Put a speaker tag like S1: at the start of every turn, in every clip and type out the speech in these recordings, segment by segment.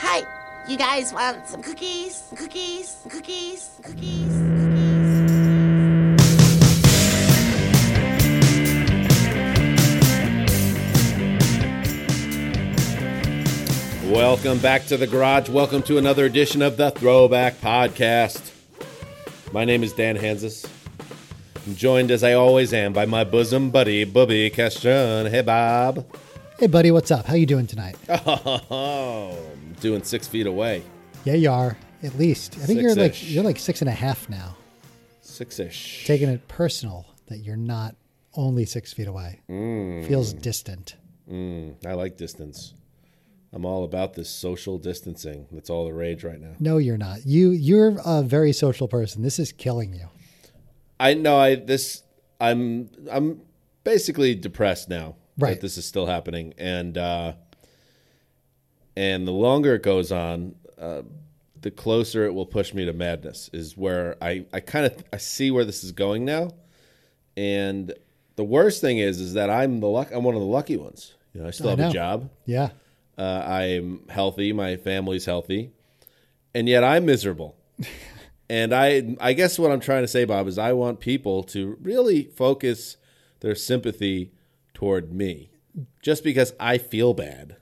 S1: Hi, you guys want some cookies? Cookies? Cookies? Cookies? Cookies?
S2: Welcome back to the garage. Welcome to another edition of the Throwback Podcast. My name is Dan Hansis. I'm joined as I always am by my bosom buddy, Bobby Castron. Hey, Bob.
S3: Hey, buddy, what's up? How you doing tonight?
S2: Ah. Oh, I'm doing six feet away.
S3: Yeah, you are. At least I think you you're like
S2: Six-ish.
S3: you're like six and a half now.
S2: Six ish.
S3: Taking it personal that you're not only six feet away feels distant.
S2: I like distance. I'm all about this social distancing. That's all the rage right now.
S3: No, you're not. You you're a very social person. This is killing you.
S2: I know I this I'm I'm basically depressed now
S3: Right.
S2: that this is still happening and uh and the longer it goes on uh the closer it will push me to madness is where I I kind of I see where this is going now and the worst thing is is that I'm the luck I'm one of the lucky ones you know I still
S3: I
S2: have a
S3: know.
S2: job
S3: Yeah,
S2: uh, I'm healthy. My family's healthy, and yet I'm miserable. and I, I guess what I'm trying to say, Bob, is I want people to really focus their sympathy toward me, just because I feel bad.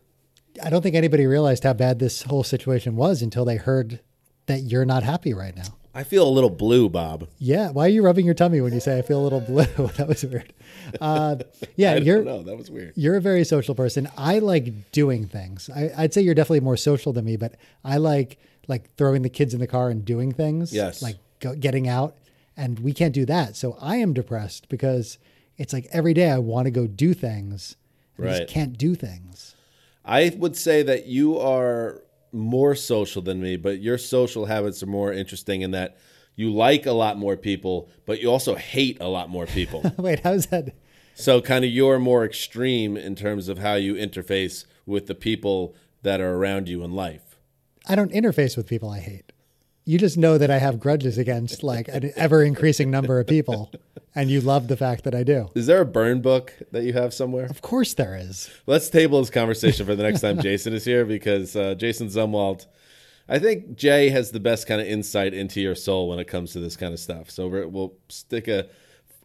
S3: I don't think anybody realized how bad this whole situation was until they heard that you're not happy right now.
S2: I feel a little blue, Bob.
S3: Yeah, why are you rubbing your tummy when you say I feel a little blue? that was weird. Uh, yeah, you're
S2: No, that was weird.
S3: You're a very social person. I like doing things. I, I'd say you're definitely more social than me, but I like like throwing the kids in the car and doing things.
S2: Yes.
S3: Like go, getting out, and we can't do that. So I am depressed because it's like every day I want to go do things, and I
S2: Right.
S3: just can't do things.
S2: I would say that you are more social than me, but your social habits are more interesting in that you like a lot more people, but you also hate a lot more people.
S3: Wait, how's that?
S2: So kind of you're more extreme in terms of how you interface with the people that are around you in life.
S3: I don't interface with people I hate. You just know that I have grudges against like an ever increasing number of people, and you love the fact that I do.
S2: Is there a burn book that you have somewhere?
S3: Of course, there is.
S2: Let's table this conversation for the next time Jason is here because uh, Jason Zumwalt, I think Jay has the best kind of insight into your soul when it comes to this kind of stuff. So we're, we'll stick a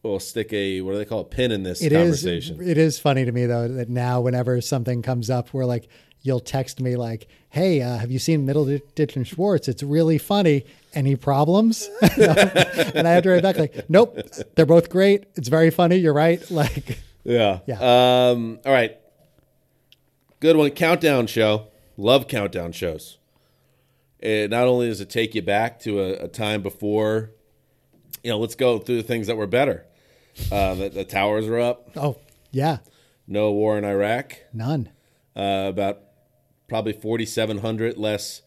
S2: we'll stick a what do they call it pin in this
S3: It is.
S2: conversation.
S3: It is funny to me though that now whenever something comes up, we're like, you'll text me like, "Hey, uh, have you seen Middleditch and Schwartz? It's really funny. Any problems?" and I have to write back like, "Nope, they're both great. It's very funny. You're right." Like,
S2: Yeah. Um, all right. Good one. Countdown show. Love countdown shows. It not only does it take you back to a, a time before, you know, let's go through the things that were better. Uh, the, the towers were up.
S3: oh yeah,
S2: No war in Iraq.
S3: none.
S2: Uh, about probably 4,700 less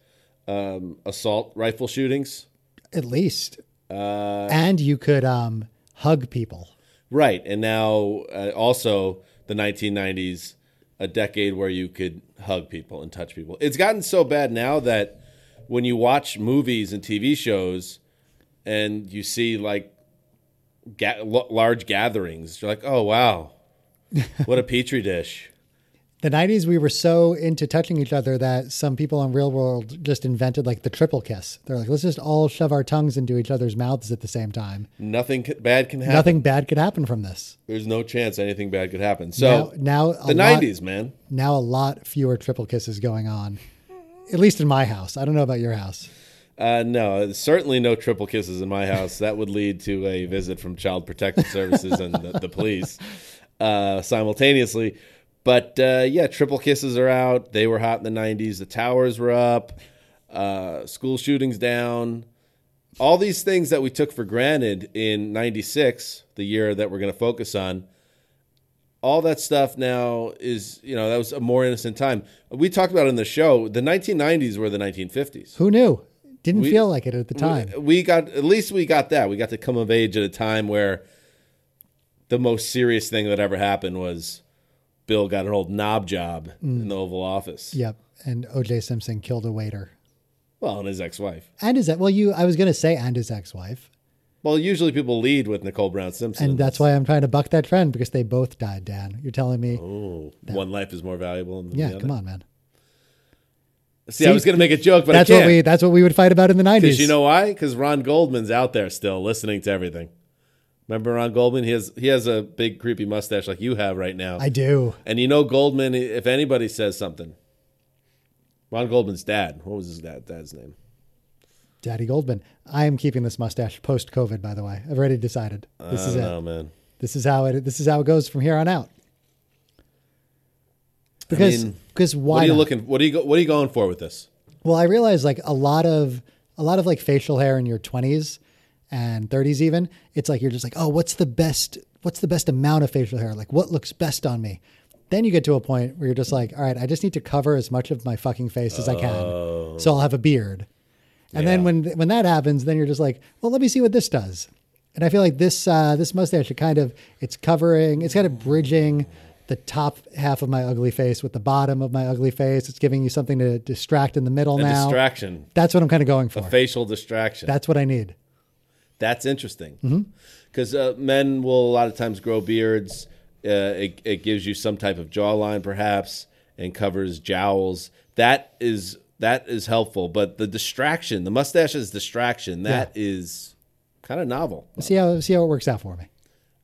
S2: um, assault rifle shootings.
S3: At least. and you could um, hug people.
S2: Right. And now uh, also the 1990s, a decade where you could hug people and touch people. It's gotten so bad now that when you watch movies and TV shows and you see like ga- l- large gatherings, you're like, oh, wow, what a petri dish.
S3: The '90s, we were so into touching each other that some people in real world just invented like the triple kiss. They're like, let's just all shove our tongues into each other's mouths at the same time.
S2: Nothing c- bad can happen.
S3: nothing bad could happen from this.
S2: There's no chance anything bad could happen. So
S3: now, now a
S2: the
S3: lot-
S2: 90s, man.
S3: Now a lot fewer triple kisses going on, at least in my house. I don't know about your house.
S2: Uh, no, certainly no triple kisses in my house. That would lead to a visit from Child Protective Services and the, the police uh, simultaneously. But uh, yeah, triple kisses are out. They were hot in the 90s. The towers were up. Uh, school shootings down. All these things that we took for granted in 96, the year that we're going to focus on, all that stuff now is, you know, that was a more innocent time. We talked about it in the show, the 1990s were the 1950s.
S3: Who knew? Didn't feel like it at the time.
S2: We got at least we got that. We got to come of age at a time where the most serious thing that ever happened was Bill got an old knob job
S3: Mm.
S2: in the Oval Office.
S3: yep. And O.J. Simpson killed a waiter.
S2: Well, and his ex-wife.
S3: And his well, you. I was gonna say and his ex-wife,
S2: Well, usually people lead with Nicole Brown Simpson.
S3: and that's why I'm trying to buck that trend because they both died.
S2: Oh,
S3: Dan, you're telling me?
S2: Ooh, one life is more valuable than
S3: yeah.
S2: the other.
S3: Come on, man.
S2: See, I was going to make a joke, but
S3: That's
S2: I can't.
S3: what we that's what we would fight about in the nineties.
S2: Because you know why? Because Ron Goldman's out there still listening to everything. Remember Ron Goldman? He has he has a big creepy mustache like you have right now.
S3: I do.
S2: and you know Goldman, if anybody says something, Ron Goldman's dad. What was his dad, dad's name?
S3: Daddy Goldman. I am keeping this mustache post COVID, by the way. I've already decided. This
S2: I
S3: is
S2: don't
S3: it.
S2: know, man.
S3: This is how it this is how it goes from here on out. Because
S2: mean,
S3: because why
S2: What are you
S3: not?
S2: looking? What are you go- What are you going for with this?
S3: Well, I realize like a lot of a lot of like facial hair in your 20s and 30s even, it's like you're just like, "Oh, what's the best what's the best amount of facial hair? Like what looks best on me?" Then you get to a point where you're just like, "All right, I just need to cover as much of my fucking face as I can." So I'll have a beard. And then
S2: Yeah.
S3: when when that happens, then you're just like, "Well, let me see what this does." And I feel like this uh, this mustache it kind of it's covering, it's kind of bridging the top half of my ugly face with the bottom of my ugly face. It's giving you something to distract in the middle
S2: A
S3: now.
S2: distraction,
S3: That's what I'm kind of going for.
S2: facial distraction.
S3: That's what I need.
S2: That's
S3: Mm-hmm.
S2: interesting. Because uh, men will a lot of times grow beards. Uh, it, it gives you some type of jawline, perhaps, and covers jowls. That is that is helpful. But the distraction, the mustache is distraction. That is kind of novel.
S3: See how see how it works out for me.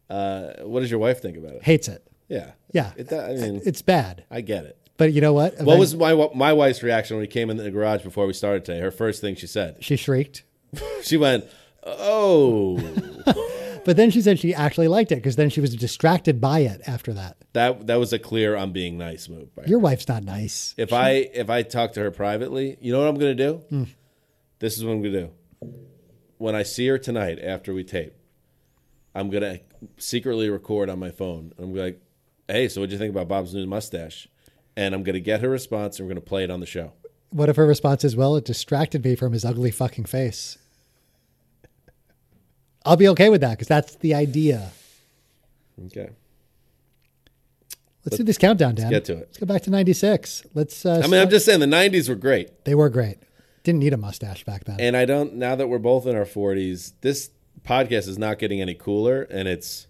S2: Uh, what does your wife think about it?
S3: Hates it.
S2: Yeah,
S3: Yeah.
S2: It, I mean,
S3: It's bad.
S2: I get it.
S3: But you know what?
S2: What was my my wife's reaction when we came in the garage before we started today? Her first thing she said,
S3: she shrieked.
S2: she went, "Oh."
S3: But then she said she actually liked it because then she was distracted by it after that.
S2: That, that was a clear I'm being nice move by her.
S3: Your wife's not nice.
S2: If I if I talk to her privately, you know what I'm gonna do? This is what I'm gonna do. When I see her tonight after we tape, I'm gonna secretly record on my phone. I'm gonna be like, hey, so what'd you think about Bob's new mustache? And I'm gonna get her response and we're gonna play it on the show.
S3: What if her response is, well, it distracted me from his ugly fucking face? I'll be okay with that because that's the idea. Let's,
S2: Okay.
S3: do this countdown, Dan.
S2: get to it.
S3: Let's go back to 96. Let's. Uh,
S2: I mean, I'm just saying the nineties were great.
S3: they were great. Didn't need a mustache back then.
S2: And I don't now that we're both in our forties, this podcast is not getting any cooler and it's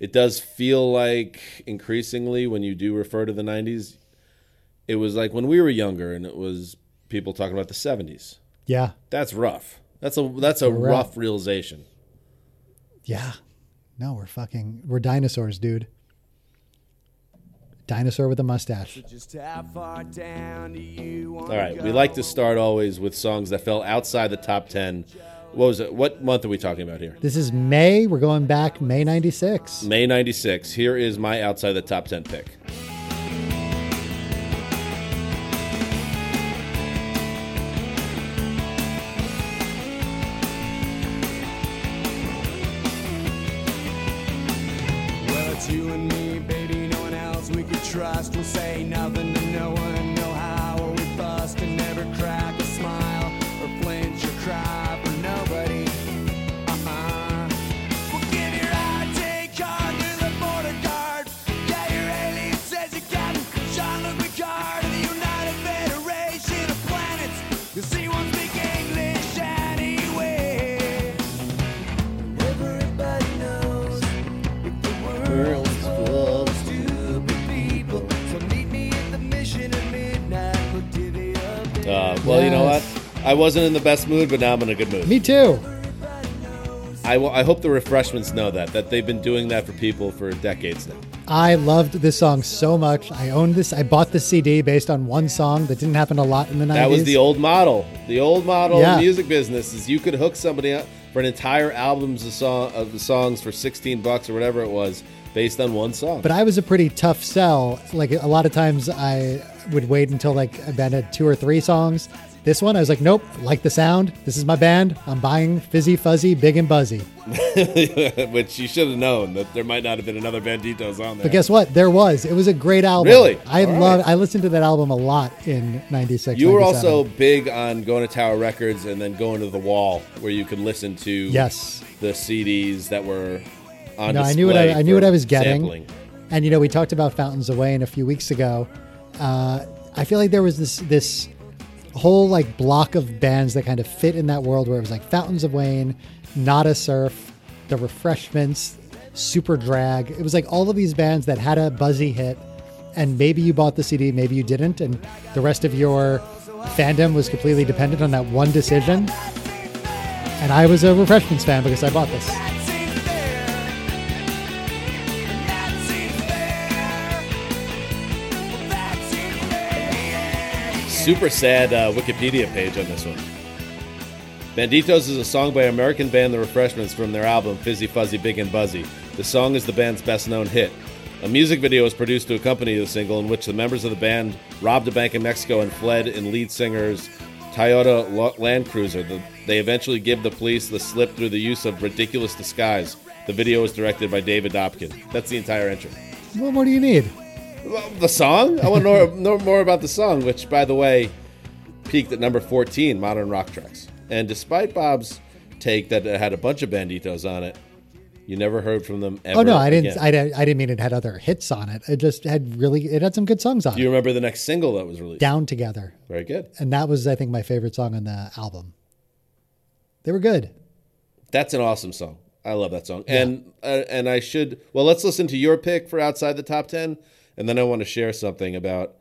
S2: it does feel like increasingly when you do refer to the 90s it was like when we were younger and it was people talking about the 70s
S3: yeah.
S2: that's rough that's a that's a
S3: Correct.
S2: rough realization
S3: Yeah. No, we're fucking. We're dinosaurs, dude. Dinosaur with a mustache.
S4: Just how far down do you want
S2: all right we like to start always with songs that fell outside the top 10 what was it what month are we talking about here
S3: This is May. We're going back May 96.
S2: may 96 here is my outside the top 10 pick
S4: Well, it's you and me, baby, no one else we could trust. We'll say nothing to no one, no how, or we bust and never crack a smile, or flinch or cry for nobody. Uh-huh. We'll give your ID card to the border guard. Yeah, your alien says you got him. Jean-Luc Picard of the United Federation of Planets. 'Cause he won't speak English anyway. Everybody knows that the world's full of stupid people. So meet me at the mission at midnight. We'll divvy up.
S2: uh, well you know what
S3: Yes.
S2: i wasn't in the best mood but now i'm in a good mood
S3: Me too.
S2: I wa- I hope the refreshments know that that they've been doing that for people for decades now.
S3: I loved this song so much. I owned this. I bought this CD based on one song that didn't happen a lot in the 90s.
S2: That was the old model. The old model
S3: Yeah.
S2: of music business is you could hook somebody up for an entire albums of song of the songs for sixteen bucks or whatever it was, based on one song.
S3: But I was a pretty tough sell. Like a lot of times, I would wait until like a band had two or three songs. This one, I was like, nope, I like the sound. This is my band. I'm buying Fizzy Fuzzy, Big and Buzzy.
S2: Which you should have known that there might not have been another Banditos on there.
S3: But guess what? There was. It was a great album.
S2: Really?
S3: I
S2: All
S3: love.
S2: right.
S3: I listened to that album a lot in '96.
S2: you were
S3: 97.
S2: also big on going to Tower Records and then going to the Wall, where you could listen to
S3: Yes.
S2: the CDs that were on.
S3: No, I knew what I,
S2: display
S3: I knew what
S2: for
S3: I was getting.
S2: sampling.
S3: And you know, we talked about Fountains of Wayne a few weeks ago. Uh, I feel like there was this this whole like block of bands that kind of fit in that world where it was like Fountains of Wayne, Not a Surf, The Refreshments, Super Drag. It was like all of these bands that had a buzzy hit, and maybe you bought the CD, maybe you didn't, and the rest of your fandom was completely dependent on that one decision. And I was a Refreshments fan because I bought this.
S4: That seems fair. That seems fair. That seems fair.
S2: Super sad uh, Wikipedia page on this one. Banditos is a song by American band The Refreshments from their album Fizzy Fuzzy Big and Buzzy. The song is the band's best known hit. A music video was produced to accompany the single in which the members of the band robbed a bank in Mexico and fled in lead singer's Toyota Lo- Land Cruiser. The- they eventually give the police the slip through the use of ridiculous disguise. The video was directed by David Dobkin. That's the entire entry.
S3: What more do you need?
S2: Well, the song? I want to know, know more about the song, which, by the way, peaked at number 14, Modern Rock Tracks. And despite Bob's take that it had a bunch of banditos on it, you never heard from them ever.
S3: Oh no, I didn't.
S2: again.
S3: I, didn't- I didn't mean it had other hits on it. It just had really. It had some good songs on
S2: Do you
S3: it.
S2: remember the next single that was released?
S3: Down together,
S2: Very good.
S3: and that was I think my favorite song on the album. They were good.
S2: That's an awesome song. I love that song. And uh, and I should well, let's listen to your pick for outside the top 10 and then I want to share something about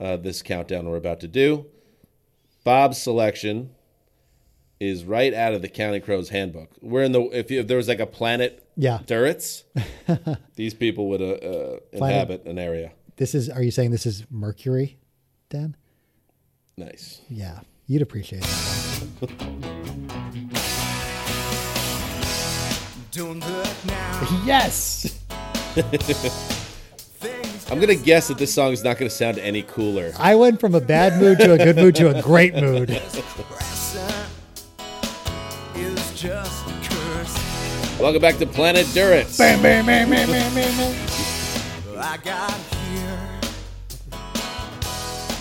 S2: uh, this countdown we're about to do. Bob's selection is right out of the County Crows handbook. We're in the if, you, if there was like a planet
S3: Yeah.
S2: turrets, these people would uh, uh, inhabit an area.
S3: This is. Are you saying this is Mercury, Dan?
S2: Nice.
S3: Yeah, you'd appreciate that.
S4: Don't look now.
S3: Yes.
S4: Things
S2: I'm going to guess that this song is not going to sound any cooler.
S3: I went from a bad mood to a good mood to a great mood.
S4: present is just a curse.
S2: Welcome back to Planet Durrits.
S4: I got here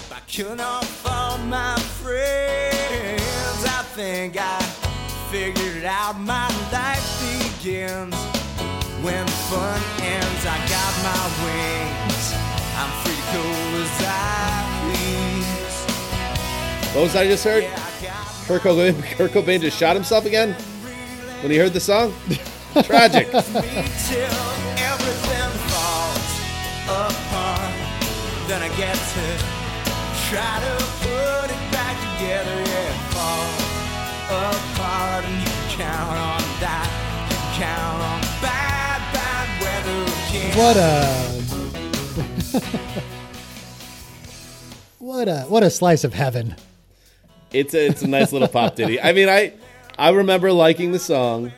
S4: by killing off all my friends. I think I figured out my life begins when fun ends. I got my wings. I'm free to go as I please.
S2: What was I just heard?
S4: Yeah, I got my
S2: Kurt Cobain, Kurt Cobain just shot himself again when he heard the song. Tragic.
S4: till everything falls apart. Then I get to try to put it back together. Yeah, it falls apart, and you can count on that. You can count on bad, bad weather again.
S3: What a what a what a slice of heaven.
S2: It's a, it's a nice little pop ditty. I mean, I I remember liking the song,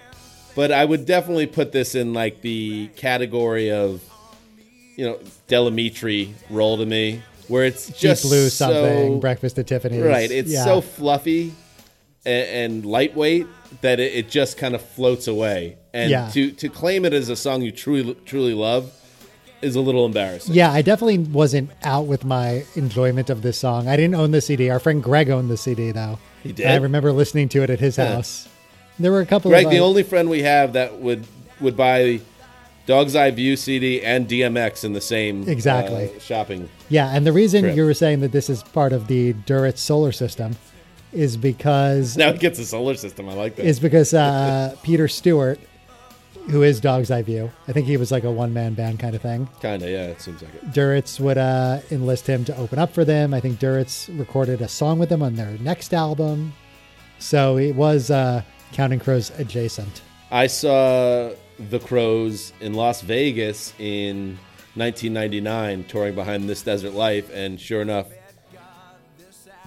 S2: but I would definitely put this in like the category of you know Delamitri roll to me, where it's
S3: Deep
S2: just
S3: blue something.
S2: so-
S3: Breakfast at Tiffany's.
S2: Right. It's
S3: Yeah.
S2: so fluffy and, and lightweight that it, it just kind of floats away. And
S3: Yeah.
S2: to, to claim it as a song you truly truly love is a little embarrassing.
S3: yeah, I definitely wasn't out with my enjoyment of this song. I didn't own the CD. Our friend Greg owned the CD though.
S2: He did?
S3: I remember listening to it at his house. There were a couple
S2: Greg,
S3: of
S2: the
S3: uh,
S2: only friend we have that would would buy Dog's Eye View CD and DMX in the same
S3: Exactly.
S2: uh, shopping.
S3: Yeah, and the reason
S2: Trip.
S3: you were saying that this is part of the Duritz solar system is because
S2: Now it gets a solar system. I like that.
S3: is because uh, Peter Stewart, who is Dog's Eye View, I think he was like a one man band kind of thing.
S2: Kinda, yeah. It seems like it.
S3: Duritz would uh, enlist him to open up for them. I think Duritz recorded a song with them on their next album. So it was uh, Counting Crows adjacent.
S2: I saw the Crows in Las Vegas in 1999 touring behind This Desert Life, and sure enough,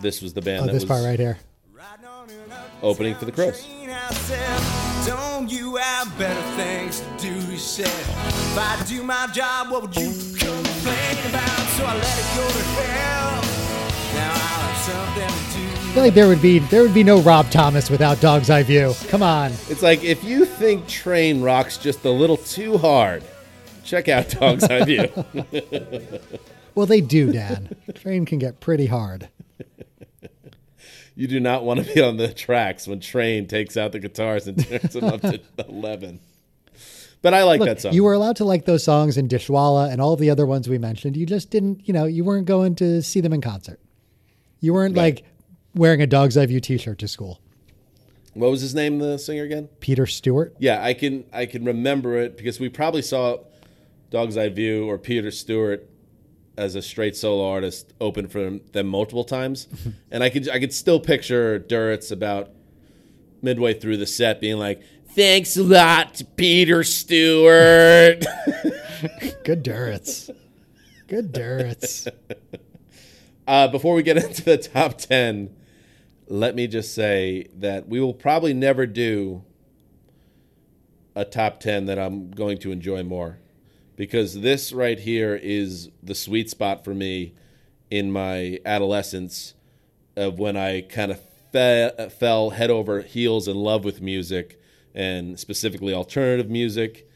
S2: this was the band
S3: Oh,
S2: that
S3: this
S2: was
S3: part right here.
S4: Riding on an
S2: Opening for the
S4: uptown
S2: Crows.
S4: train, I said, Don't you have better things to do? He said, If I do my job, what would you complain about? So I let it go to hell. Now I have something to
S3: I
S4: do.
S3: feel like there would be there would be no Rob Thomas without Dog's Eye View. Come on.
S2: It's like if you think Train rocks just a little too hard, check out Dog's Eye View.
S3: Well, they do, Dan. Train can get pretty hard.
S2: You do not want to be on the tracks when Train takes out the guitars and turns them up to 11. But I like that song.
S3: You were allowed to like those songs in Dishwalla and all the other ones we mentioned. You just didn't, you know, you weren't going to see them in concert. You weren't
S2: Right.
S3: like wearing a Dog's Eye View T-shirt to school.
S2: what was his name, the singer again?
S3: Peter Stewart.
S2: Yeah, I can I can remember it because we probably saw Dog's Eye View or Peter Stewart as a straight solo artist open for them multiple times, and I could I could still picture Duritz about midway through the set being like, "Thanks a lot, to Peter Stewart."
S3: Good Duritz. Good Duritz.
S2: Uh, before we get into the top 10, let me just say that we will probably never do a top 10 that I'm going to enjoy more because this right here is the sweet spot for me in my adolescence of when I kind of fe- fell head over heels in love with music and specifically alternative music.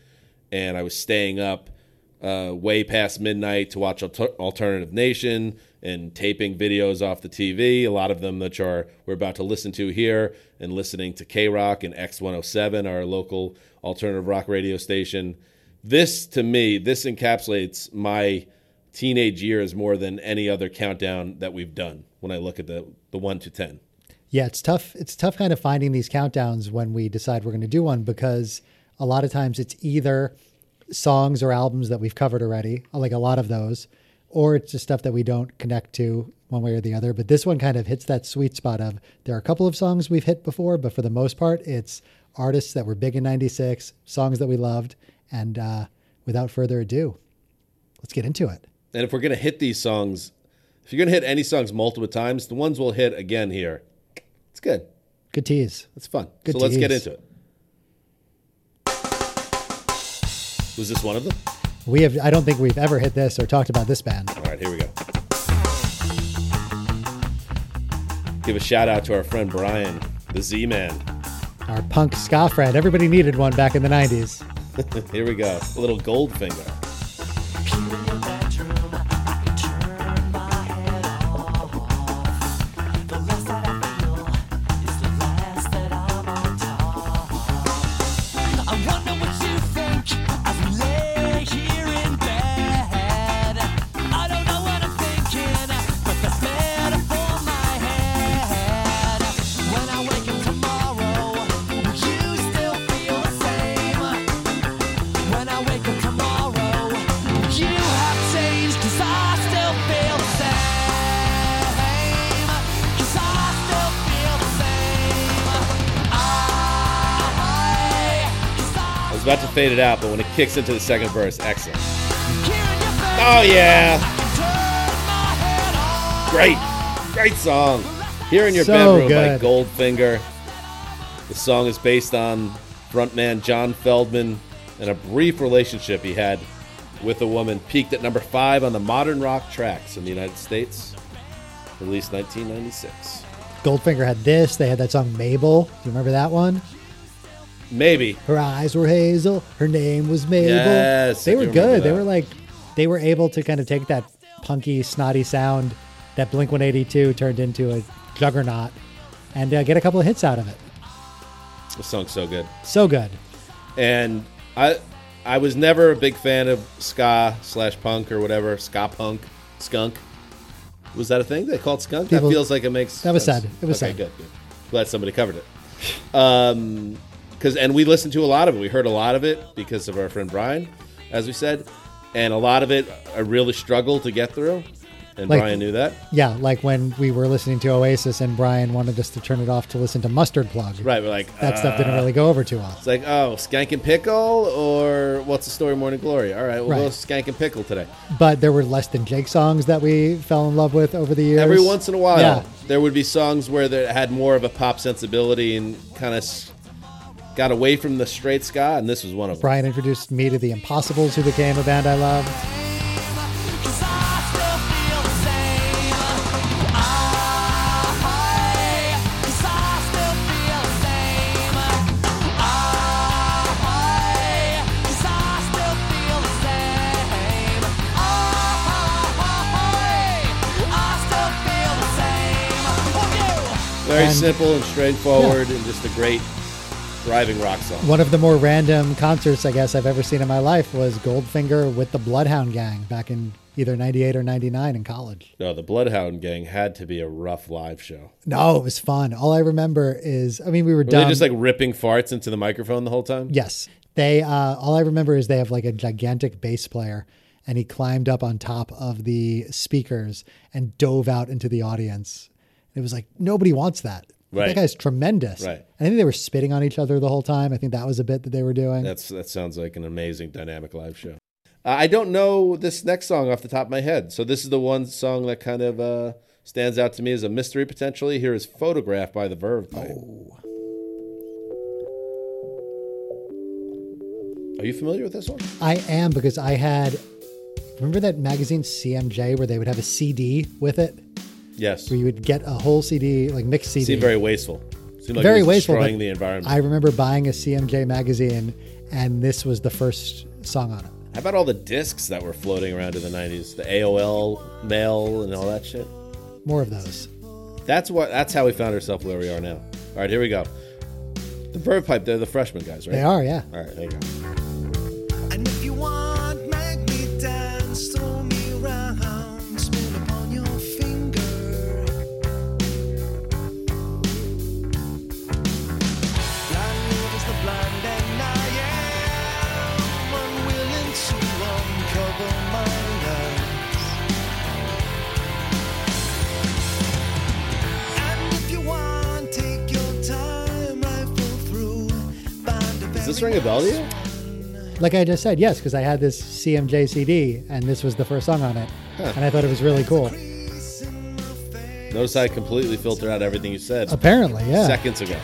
S2: And I was staying up uh, way past midnight to watch Alter- Alternative Nation and taping videos off the TV, a lot of them which are we're about to listen to here, and listening to K Rock and X107, our local alternative rock radio station. This, to me, this encapsulates my teenage years more than any other countdown that we've done when I look at the, the 1 to 10.
S3: Yeah, it's tough. It's tough kind of finding these countdowns when we decide we're going to do one because a lot of times it's either songs or albums that we've covered already, like a lot of those, or it's just stuff that we don't connect to one way or the other. But this one kind of hits that sweet spot of there are a couple of songs we've hit before, but for the most part, it's artists that were big in 96, songs that we loved. And uh, without further ado, let's get into it.
S2: And if we're going to hit these songs, if you're going to hit any songs multiple times, the ones we'll hit again here, it's good.
S3: Good tease.
S2: It's fun.
S3: Good
S2: so let's get
S3: tease.
S2: into it. Was this one of them?
S3: We have, I don't think we've ever hit this or talked about this band.
S2: All right, here we go. Give a shout out to our friend Brian, the Z Man.
S3: Our punk ska friend. Everybody needed one back in the 90s.
S2: Here we go. A little gold finger.
S5: I wonder what you think as we lay here in bed. I don't know what I'm thinking, but that's better for my head. When I wake up tomorrow, will you still feel the same? When I wake up tomorrow, will you have changed? 'Cause I still feel the same. 'Cause I still feel the same. Ah, I, 'cause I
S2: I was about to fade it out, but when it kicks into the second verse, excellent.
S5: Oh
S2: Oh, yeah. Great. Great song. Here in Your
S3: So
S2: Bedroom
S3: good.
S2: by Goldfinger. The song is based on frontman John Feldman and a brief relationship he had with a woman, peaked at number five on the modern rock tracks in the United States, released 1996.
S3: Goldfinger had this. They had that song Mabel. Do you remember that one?
S2: Maybe.
S3: Her eyes were hazel. Her name was Mabel.
S2: Yes, I
S3: they
S2: do
S3: were
S2: remember
S3: good. They
S2: that.
S3: were like, they were able to kind of take that punky, snotty sound that Blink 182 turned into a juggernaut and uh, get a couple of hits out of it.
S2: The song's so good.
S3: So good.
S2: and I I was never a big fan of ska slash punk or whatever ska punk skunk. Was that a thing they called skunk?
S3: People-
S2: that feels like it makes
S3: That was
S2: sense.
S3: sad. It was
S2: okay,
S3: sad.
S2: Good, good. Glad somebody covered it. Um, because and we listened to a lot of it. We heard a lot of it because of our friend Brian, as we said, and a lot of it I really struggled to get through, and
S3: Like-
S2: Brian knew that.
S3: Yeah, like when we were listening to Oasis and Brian wanted us to turn it off to listen to Mustard Plug.
S2: Right, we're like
S3: That
S2: uh,
S3: stuff didn't really go over too well.
S2: It's like, oh, Skank and Pickle or What's the Story Morning Glory? All right, we'll go
S3: Right.
S2: Skank and Pickle today.
S3: But there were less than Jake songs that we fell in love with over the years.
S2: Every once in a while,
S3: Yeah.
S2: there would be songs where there had more of a pop sensibility and kind of got away from the straight ska, and this was one of them.
S3: Brian introduced me to The Impossibles, who became a band I loved.
S2: Very
S3: And-
S2: simple and straightforward, and just a great driving rock song.
S3: One of the more random concerts I guess I've ever seen in my life was Goldfinger with the Bloodhound Gang back in either 98 or 99 in college.
S2: No, the Bloodhound Gang had to be a rough live show.
S3: No, it was fun. All I remember is, I mean, we were,
S2: Were
S3: dumb.
S2: they just like ripping farts into the microphone the whole time?
S3: Yes. They uh, all I remember is they have like a gigantic bass player and he climbed up on top of the speakers and dove out into the audience. It was like nobody wants that. But
S2: Right.
S3: That guy's tremendous.
S2: Right.
S3: I think they were spitting on each other the whole time. I think that was a bit that they were doing.
S2: That's that sounds like an amazing dynamic live show. Uh, I don't know this next song off the top of my head, so this is the one song that kind of uh, stands out to me as a mystery potentially. Here is "Photograph" by The Verve. Oh. Are you familiar with this one?
S3: I am because I had remember that magazine CMJ where they would have a CD with it
S2: Yes.
S3: where you would get a whole CD like mixed CD.
S2: Seemed very wasteful. Seemed like
S3: Very
S2: it was
S3: wasteful,
S2: destroying
S3: but
S2: the environment.
S3: I remember buying a CMJ magazine and this was the first song on it.
S2: How about all the discs that were floating around in the '90s? The AOL mail and all that shit.
S3: More of those.
S2: That's what. That's how we found ourselves where we are now. All right, here we go. The Verve Pipe. They're the freshman guys, right?
S3: They are, yeah.
S2: All right, there you go.
S5: And if you want, make me dance, throw me round, spin upon your finger. Blind leaders the blind, and I am unwilling to uncover my eyes. And if you want, take your time, rifle through, find a
S2: Does this
S5: very
S2: ring a bell to
S5: nice
S2: you?
S3: Like I just said, yes, because I had this CMJ CD and this was the first song on it. And I thought it was really cool.
S5: crease in my face.
S2: Notice I completely filtered out everything you said
S3: Apparently, yeah.
S2: seconds ago.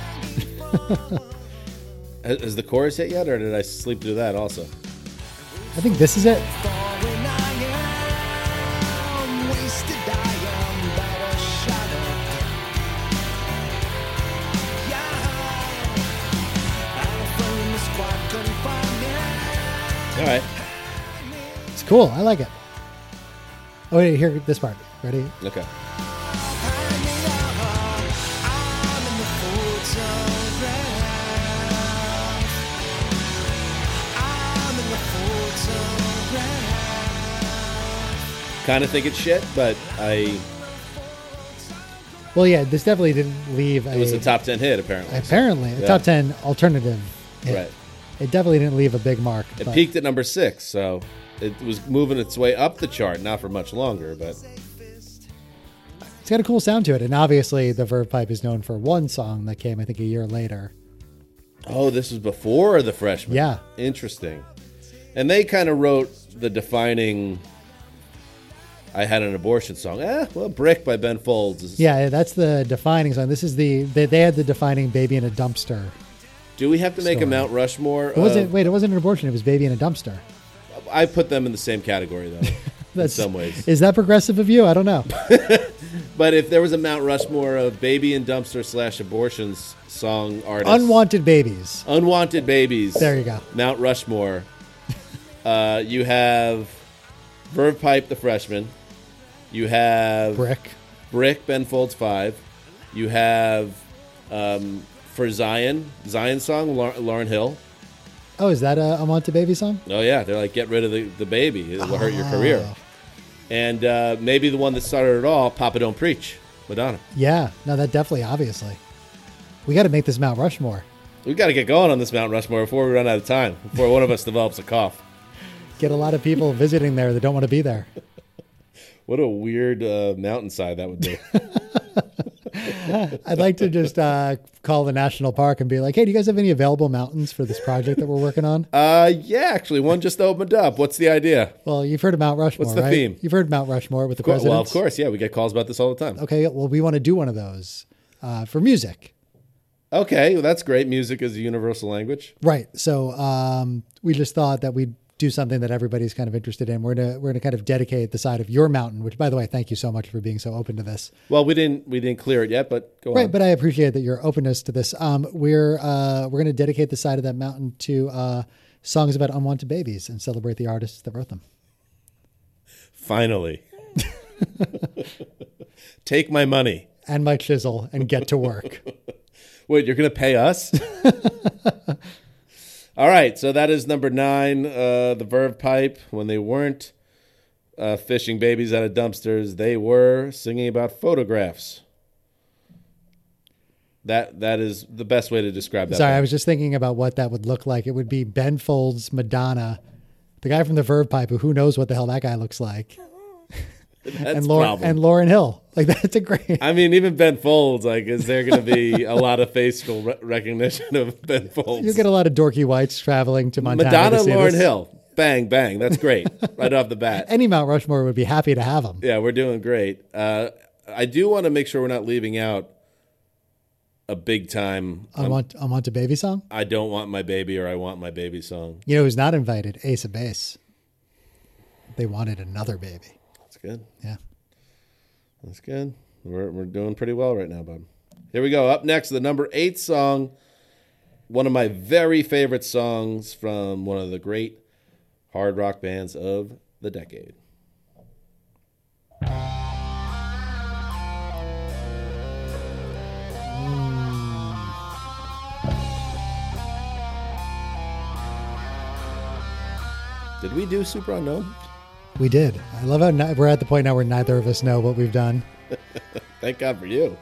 S2: Has has the chorus hit yet, or did I sleep through that also?
S3: I think this is it.
S5: Falling I am, wasted I am, but a shadow. Yeah, I'm a fool in the squad, couldn't find me.
S2: All right.
S3: It's cool. I like it. Oh, wait, here, this part. Ready?
S2: Okay.
S5: Hide me out, I'm in the photograph. I'm in the photograph.
S2: Kind of think it's shit, but I
S3: Well, yeah, this definitely didn't leave a,
S2: it was a top ten hit apparently.
S3: apparently a
S2: Yeah.
S3: top 10 alternative. hit.
S2: Right.
S3: It definitely didn't leave a big mark.
S2: It
S3: but
S2: peaked at number six, so it was moving its way up the chart, not for much longer, but
S3: It's got a cool sound to it. And obviously, the Verve Pipe is known for one song that came, I think, a year later.
S2: Oh, this was before the freshman.
S3: Yeah.
S2: Interesting. And they kind of wrote the defining I had an abortion song. Eh, well, Brick by Ben Folds is
S3: Yeah, that's the defining song. This is the, they, they had the defining Baby in a Dumpster.
S2: Do we have to make a
S3: Sorry.
S2: Mount Rushmore?
S3: It wasn't,
S2: of-
S3: wait, it wasn't an abortion. It was Baby in a Dumpster.
S2: I put them in the same category though. in
S3: That's,
S2: some ways.
S3: Is that progressive of you? I don't know.
S2: But if there was a Mount Rushmore of baby and dumpster slash abortions song artists
S3: Unwanted Babies.
S2: Unwanted babies.
S3: There you go.
S2: Mount Rushmore. uh, you have Verve Pipe the freshman. You have
S3: Brick.
S2: Brick, Ben Folds five. You have um, for Zion, Zion song, Lau- Lauren Hill.
S3: Oh, is that a Unwanted Baby song?
S2: Oh yeah, they're like, get rid of the, the baby. It will hurt your career. And uh, maybe the one that started it all, Papa Don't Preach, Madonna.
S3: Yeah. No, that definitely, obviously. We got to make this Mount Rushmore.
S2: We got to get going on this Mount Rushmore before we run out of time. Before one of us develops a cough.
S3: Get a lot of people visiting there that don't want to be there.
S2: What a weird uh, mountainside that would be.
S3: I'd like to just uh, call the national park and be like, hey, do you guys have any available mountains for this project that we're working on?
S2: Uh, yeah, actually, one just opened up. What's the idea?
S3: well, you've heard of Mount Rushmore,
S2: what's the
S3: right?
S2: theme?
S3: You've heard Mount Rushmore with the president.
S2: Well, of course, yeah, we get calls about this all the time. Okay,
S3: Okay, well, we want to do one of those uh, for music.
S2: well, that's great. Music is a universal language.
S3: Right. So um, we just thought that we'd do something that everybody's kind of interested in. We're gonna we're gonna kind of dedicate the side of your mountain, which by the way, thank you so much for being so open to this.
S2: Well, we didn't we didn't clear it yet, but go on.
S3: Right, but I appreciate that your openness to this. Um, we're uh, we're gonna dedicate the side of that mountain to uh, songs about unwanted babies and celebrate the artists that wrote them.
S2: Finally, take my money.
S3: And my chisel and get to work.
S2: Wait, you're gonna pay us? all right, so that is number nine. Uh, the Verve Pipe. When they weren't uh, fishing babies out of dumpsters, they were singing about photographs. That that is the best way to describe that.
S3: Sorry,
S2: band.
S3: I was just thinking about what that would look like. It would be Ben Folds, Madonna. the guy from the Verve Pipe, who who knows what the hell that guy looks like,
S2: That's
S3: and
S2: a
S3: Lauren
S2: problem.
S3: and Lauren Hill. Like that's a great.
S2: I mean, even Ben Folds. Like, is there going to be a lot of facial re- recognition of Ben Folds?
S3: You get a lot of dorky whites traveling to Montana.
S2: Madonna,
S3: to see
S2: Lauren
S3: this.
S2: Hill. Bang, bang. That's great. right off the bat.
S3: Any Mount Rushmore would be happy to have them.
S2: Yeah, we're doing great. Uh, I do want to make sure we're not leaving out a big time.
S3: I want I want a baby song.
S2: I don't want my baby or I want my baby song.
S3: You know who's not invited? Ace of Base. They wanted another baby.
S2: That's good.
S3: Yeah.
S2: That's good. We're, we're doing pretty well right now, bud. Here we go. Up next, the number eight song. One of my very favorite songs from one of the great hard rock bands of the decade. Did we do Super Unknown?
S3: We did. I love how ni- we're at the point now where neither of us know what we've done.
S2: Thank God for you.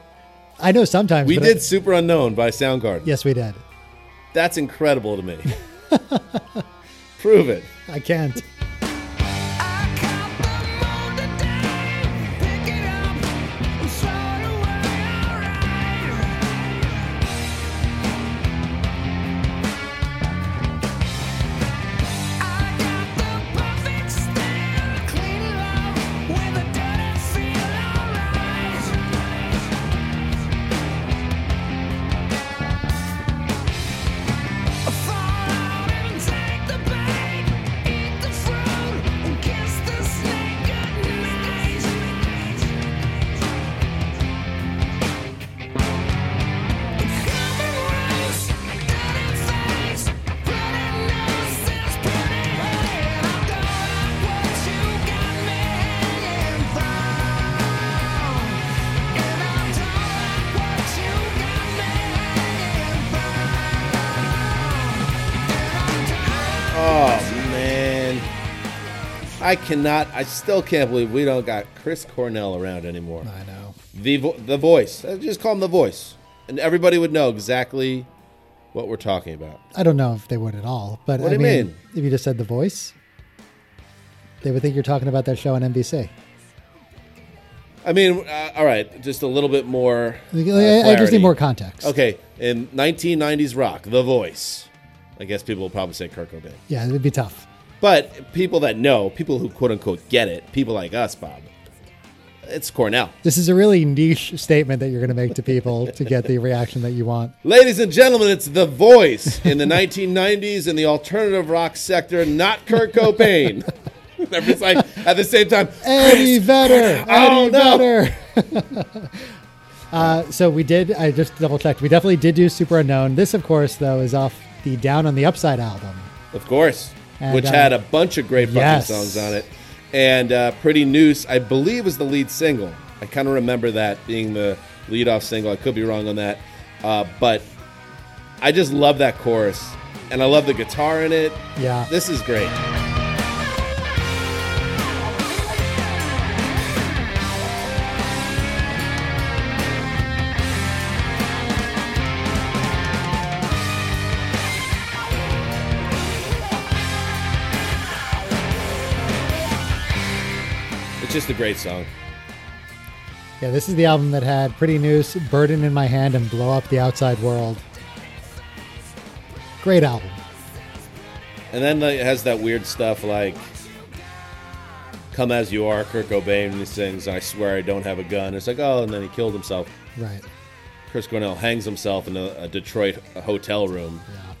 S3: I know sometimes
S2: We
S3: but
S2: did
S3: I-
S2: Super Unknown by Soundgarden.
S3: yes, we did.
S2: That's incredible to me. Prove it.
S3: I can't.
S2: Oh man. I cannot I still can't believe we don't got Chris Cornell around anymore.
S3: I know.
S2: The vo- the voice. Uh, Just call him the voice. And everybody would know exactly what we're talking about.
S3: I don't know if they would at all. But
S2: What do
S3: I
S2: you
S3: mean,
S2: mean?
S3: if you just said the voice, they would think you're talking about that show on
S2: Uh,
S3: NBC.
S2: I mean, uh, all right, just a little bit more uh,
S3: Like, I, I just
S2: clarity.
S3: need more context.
S2: Okay, in 1990s rock, The Voice. I guess people will probably say Kurt Cobain.
S3: Yeah, it'd be tough.
S2: But people that know, people who quote unquote get it, people like us, Bob, it's Cornell.
S3: This is a really niche statement that you're going to make to people to get the reaction that you want.
S2: Ladies and gentlemen, it's The Voice in the 1990s in the alternative rock sector, not Kurt Cobain. Everybody's like, at the same time,
S3: Eddie Vedder.
S2: Oh,
S3: Eddie
S2: no.
S3: Vedder. uh, so we did. I just double checked. We definitely did do Super Unknown. This, of course, though, is off the Down on the Upside album.
S2: of course,
S3: And,
S2: which
S3: uh,
S2: had a bunch of great fucking
S3: yes.
S2: songs on it. And uh, Pretty Noose, I believe, was the lead single. I kind of remember that being the lead off single. I could be wrong on that. Uh, but I just love that chorus. And I love the guitar in it.
S3: Yeah.
S2: This is great. It's just a great song.
S3: Yeah, this is the album that had Pretty Noose, Burden in My Hand, and Blow Up the Outside World. Great album.
S2: And then like, it has that weird stuff like "Come as You Are," Kurt Cobain and he sings. I swear I don't have a gun. It's like oh, and then he killed himself.
S3: Right.
S2: Chris Cornell hangs himself in a, a Detroit hotel room
S3: Yeah.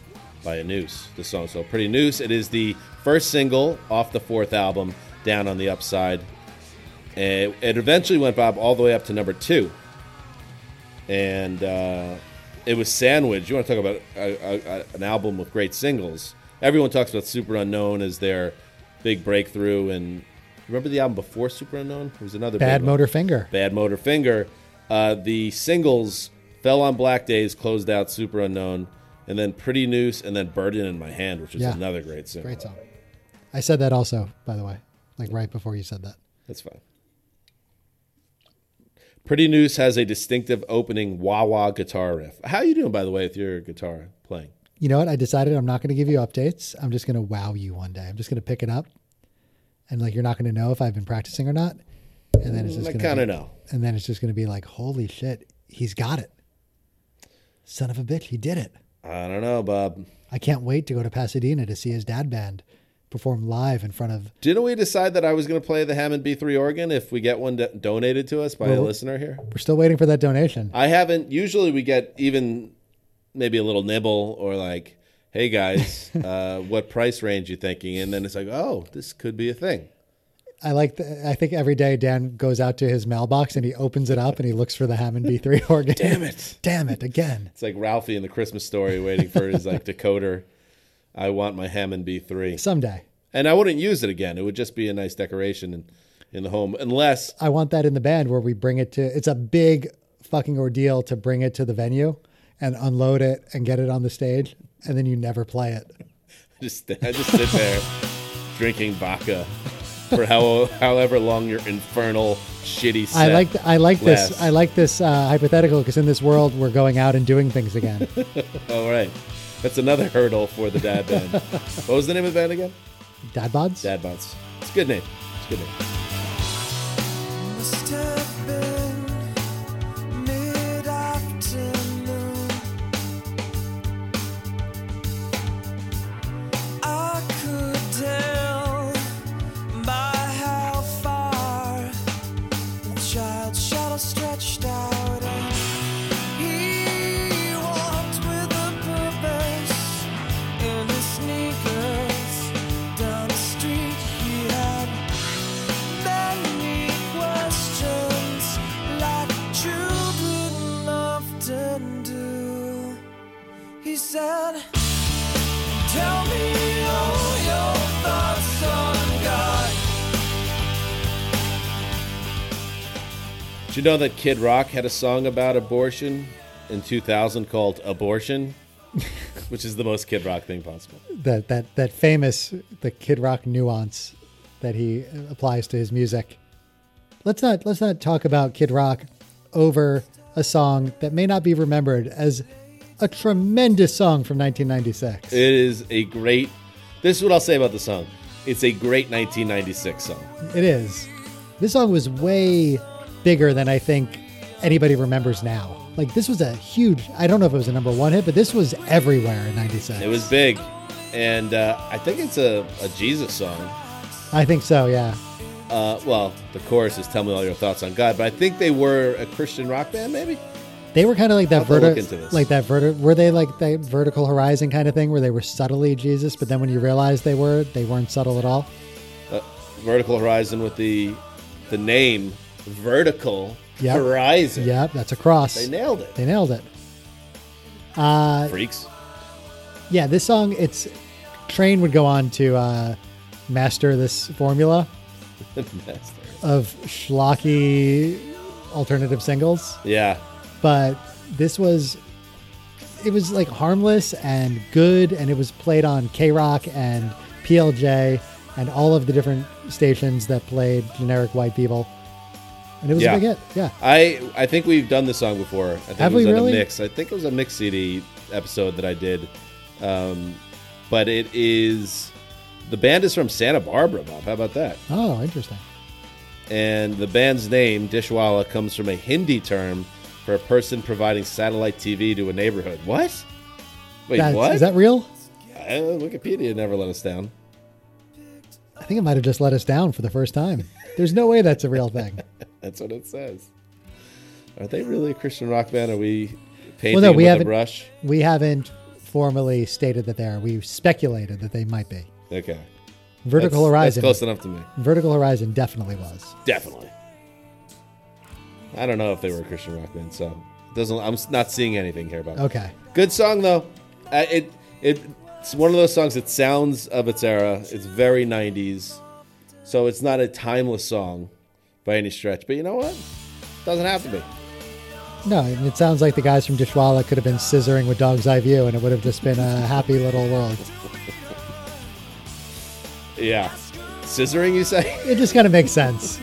S2: by a noose. The song so pretty noose. It is the first single off the fourth album, Down on the Upside. And it eventually went Bob all the way up to number two, and uh, it was sandwiched. You want to talk about a, a, a, an album with great singles? Everyone talks about Super Unknown as their big breakthrough, and remember the album before Super Unknown? It was another
S3: Bad
S2: big one.
S3: Motor Finger.
S2: Bad Motor Finger. Uh, the singles Fell on Black Days closed out Super Unknown, and then Pretty Noose, and then Burden in My Hand, which is
S3: Yeah.
S2: another great single.
S3: Great song. I said that also, by the way, like right before you said that.
S2: That's fine. Pretty Noose has a distinctive opening wah wah guitar riff. How you doing, by the way, with your guitar playing?
S3: you know what? I decided I'm not going to give you updates. I'm just going to wow you one day. I'm just going to pick it up, and like you're not going to know if I've been practicing or not. And then it's just
S2: Mm, I
S3: going
S2: kind
S3: to
S2: of know.
S3: and then it's just going to be like, holy shit, he's got it. Son of a bitch, he did it.
S2: I don't know, Bob.
S3: I can't wait to go to Pasadena to see his dad band perform live in front of.
S2: Didn't we decide that I was going to play the Hammond B3 organ if we get one do- donated to us by a
S3: Well-
S2: listener here?
S3: We're still waiting for that donation.
S2: I haven't. Usually we get even maybe a little nibble or like, hey guys, uh, what price range you thinking? And then it's like, oh, this could be a thing.
S3: I like. The, I think every day Dan goes out to his mailbox and he opens it up and he looks for the Hammond B3 organ. Damn
S2: it.
S3: Damn it again.
S2: It's like Ralphie in the Christmas story waiting for his like decoder. I want my Hammond B3.
S3: Someday
S2: And I wouldn't use it again. It would just be a nice decoration in, in the home, unless
S3: I want that in the band where we bring it to. It's a big fucking ordeal to bring it to the venue and unload it and get it on the stage, and then you never play it.
S2: just I just sit there drinking vodka for how, however long your infernal shitty set.
S3: I like th- I like
S2: less.
S3: this I like this uh, hypothetical because in this world we're going out and doing things again.
S2: All right, that's another hurdle for the dad band. what was the name of the band again?
S3: Dad bods.
S2: Dad Bods. It's a good name. It's a good name.
S5: Must have been mid-afternoon. I could tell by how far the child's shadow stretched out, and he walked with a purpose in his sneakers down the street he had many questions like children often do. He said, Tell me all your thoughts on God.
S2: Did you know that Kid Rock had a song about abortion in 2000 called "Abortion," which is the most Kid Rock thing possible?
S3: That that that famous the Kid Rock nuance that he uh, applies to his music. Let's not let's not talk about Kid Rock over a song that may not be remembered as a tremendous song from 1996.
S2: It is a great. This is what I'll say about the song. It's a great 1996 song.
S3: It is. This song was way bigger than I think anybody remembers now. Like this was a huge. I don't know if it was a number one hit, but this was everywhere in '96.
S2: It was big, and uh, I think it's a, a Jesus song.
S3: I think so. Yeah.
S2: Uh, well, the chorus is "Tell me all your thoughts on God," but I think they were a Christian rock band, maybe.
S3: They were kind of like that
S2: I'll have to look into
S3: vertical,
S2: this.
S3: like that vertical. Were they like that vertical horizon kind of thing, where they were subtly Jesus, but then when you realize they were, they weren't subtle at all.
S2: Uh, Vertical Horizon with the the name Vertical
S3: Yep.
S2: Horizon.
S3: Yep, that's a cross.
S2: They nailed it.
S3: They nailed it. Uh,
S2: Freaks.
S3: yeah, this song. It's Train would go on to uh, master this formula
S2: Master.
S3: of schlocky alternative singles,
S2: yeah,
S3: but this was it was like harmless and good, and it was played on K Rock and PLJ and all of the different stations that played generic white people, and it was
S2: Yeah.
S3: a big hit. Yeah,
S2: I I think we've done this song before. I think
S3: Have
S2: it was
S3: we
S2: on
S3: really?
S2: a mix. I think it was a mix CD episode that I did. Um, but it is the band is from Santa Barbara, Bob. How about that?
S3: oh, interesting.
S2: and the band's name, Dishwalla, comes from a Hindi term for a person providing satellite TV to a neighborhood. What? Wait,
S3: That's,
S2: what?
S3: is that real?
S2: Uh, Wikipedia never let us down.
S3: I think it might have just let us down for the first time. There's no way that's a real thing.
S2: That's what it says. Are they really a Christian rock band? Are we painting
S3: Well, no,
S2: them
S3: we
S2: with a
S3: haven't-
S2: brush?
S3: We haven't formally stated that they are. We speculated that they might be.
S2: Okay.
S3: Vertical
S2: That's-
S3: Horizon.
S2: That's close enough to me.
S3: Vertical Horizon definitely was.
S2: Definitely. I don't know if they were a Christian rock band, so it doesn't. I'm s- not seeing anything here about. it.
S3: Okay.
S2: Good song though. Uh, it it it's one of those songs that sounds of its era. It's very '90s, so it's not a timeless song by any stretch. But you know what? Doesn't have to be.
S3: No, and it sounds like the guys from Dishwalla could have been scissoring with Dog's Eye View and it would have just been a happy little world.
S2: Yeah, scissoring. You say
S3: It just kind of makes sense.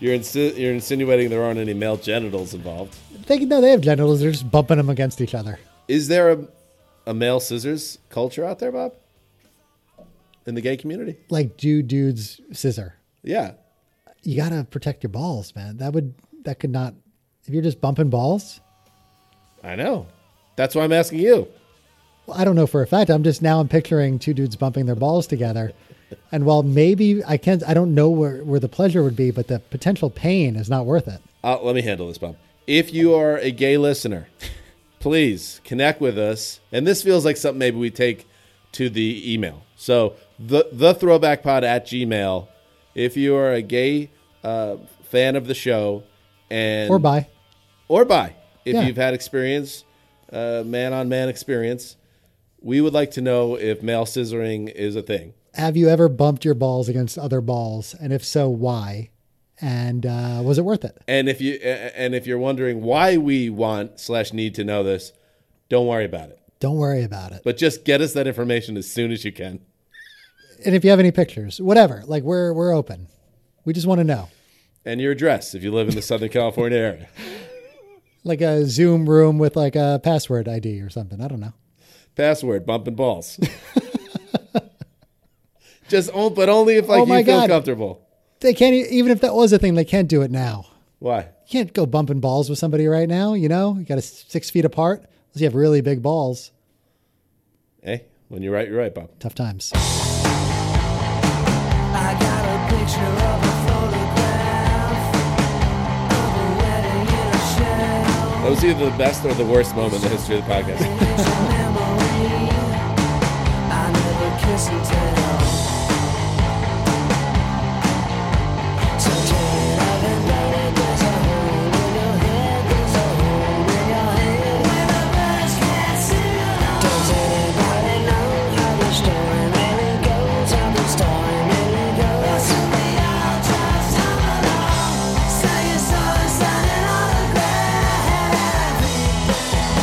S2: you're insi- you're insinuating there aren't any male genitals involved.
S3: They, no, they have genitals. They're just bumping them against each other.
S2: Is there a, a male scissors culture out there, Bob? In the gay community?
S3: Like, do dudes scissor?
S2: Yeah.
S3: You gotta protect your balls, man. That would that could not. If you're just bumping balls,
S2: I know. That's why I'm asking you.
S3: well, I don't know for a fact. I'm just now I'm picturing two dudes bumping their balls together, and while maybe I can't, I don't know where where the pleasure would be, but the potential pain is not worth it.
S2: Uh, let me handle this, Bob. If you are a gay listener, please connect with us. And this feels like something maybe we take to the email. So the the throwbackpod at Gmail. If you are a gay uh, fan of the show and
S3: Or by
S2: or by if
S3: Yeah.
S2: you've had experience, uh, man on man experience, we would like to know if male scissoring is a thing.
S3: have you ever bumped your balls against other balls, and if so, why? And uh, was it worth it?
S2: And if you a- a- and if you're wondering why we want slash need to know this, don't worry about it.
S3: Don't worry about it.
S2: But just get us that information as soon as you can.
S3: and if you have any pictures, whatever, like we're we're open. We just want to know.
S2: And your address if you live in the Southern California area.
S3: Like a Zoom room with like a password ID or something. I don't know.
S2: Password: bumping balls. just on, but only if like
S3: Oh my
S2: you feel
S3: God.
S2: comfortable.
S3: They can't e- even if that was a thing. They can't do it now.
S2: Why?
S3: You can't go bumping balls with somebody right now. You know, you got to six feet apart. Unless you have really big balls,
S2: Hey, Eh? when you're right, you're right, Bob.
S3: tough times.
S5: I got a picture of a photograph of a wedding in a shell.
S2: That was either the best or the worst moment in the history of the podcast.
S5: It's a memory. I never kiss and tell. So get up and better. There's a hole in your head. There's a hole in your head. When the birds can't sing along. Does anybody know how the story really goes? How the story really goes? Well, soon we all drive some along. Say you saw us signing autographs.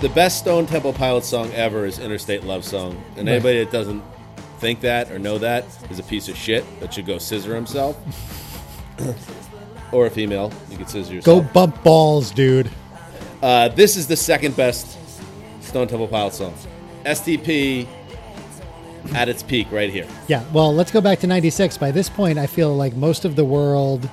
S2: The best Stone Temple Pilots song ever is "Interstate Love Song," and anybody that doesn't think that or know that is a piece of shit that should go scissor himself. or a female, you could scissor
S3: Go
S2: yourself.
S3: bump balls, dude.
S2: Uh, this is the second best Stone Temple Pilots song. STP at its peak right here.
S3: Yeah. Well, let's go back to '96. By this point, I feel like most of the world,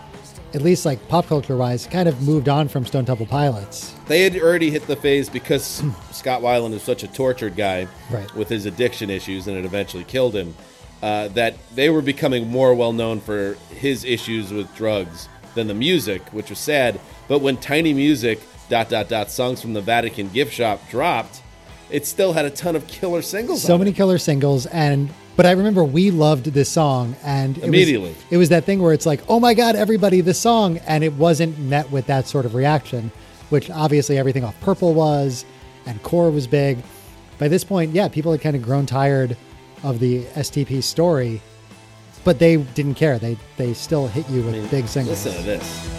S3: at least like pop culture wise, kind of moved on from Stone Temple Pilots.
S2: They had already hit the phase because Scott Weiland is such a tortured guy
S3: Hmm. Right.
S2: with his addiction issues, and it eventually killed him. Uh, that they were becoming more well known for his issues with drugs than the music, which was sad. But when Tiny Music dot dot dot songs from the Vatican gift shop dropped, it still had a ton of killer singles.
S3: so
S2: on
S3: many
S2: it.
S3: killer singles and but i remember we loved this song and it was-
S2: Immediately.
S3: it was that thing where it's like oh my god everybody this song and it wasn't met with that sort of reaction which obviously everything off purple was and core was big by this point yeah people had kind of grown tired of the stp story but they didn't care they they still hit you with big singles
S2: Listen to this.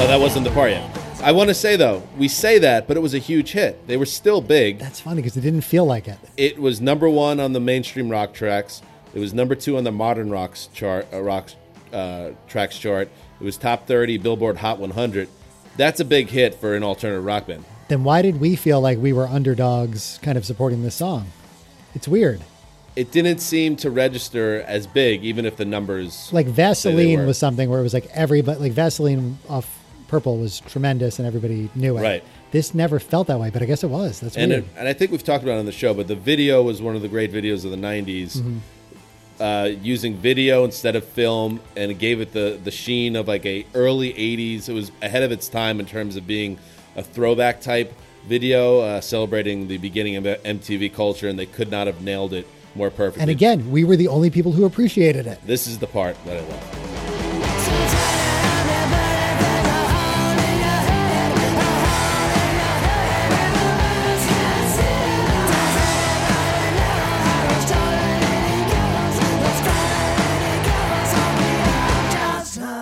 S2: Oh, that wasn't the part yet. I want to say though, we say that, but it was a huge hit. They were still big.
S3: that's funny because it didn't feel like it
S2: it was number one on the mainstream rock tracks. It was number two on the modern rocks chart, uh, rocks uh, tracks chart. It was top thirty Billboard Hot 100. That's a big hit for an alternative rock band.
S3: then why did we feel like we were underdogs kind of supporting this song it's weird
S2: It didn't seem to register as big, even if the numbers
S3: like Vaseline
S2: were.
S3: was something where it was like everybody like Vaseline off Purple was tremendous and everybody knew it.
S2: Right.
S3: This never felt that way, but I guess it was. That's
S2: and
S3: weird.
S2: it, and I think we've talked about it on the show, but the video was one of the great videos of the '90s.
S3: Mm-hmm.
S2: Uh, using video instead of film, and it gave it the the sheen of like a early '80s. It was ahead of its time in terms of being a throwback type video, uh, celebrating the beginning of MTV culture, and they could not have nailed it more perfectly.
S3: and again, we were the only people who appreciated it.
S2: this is the part that I love.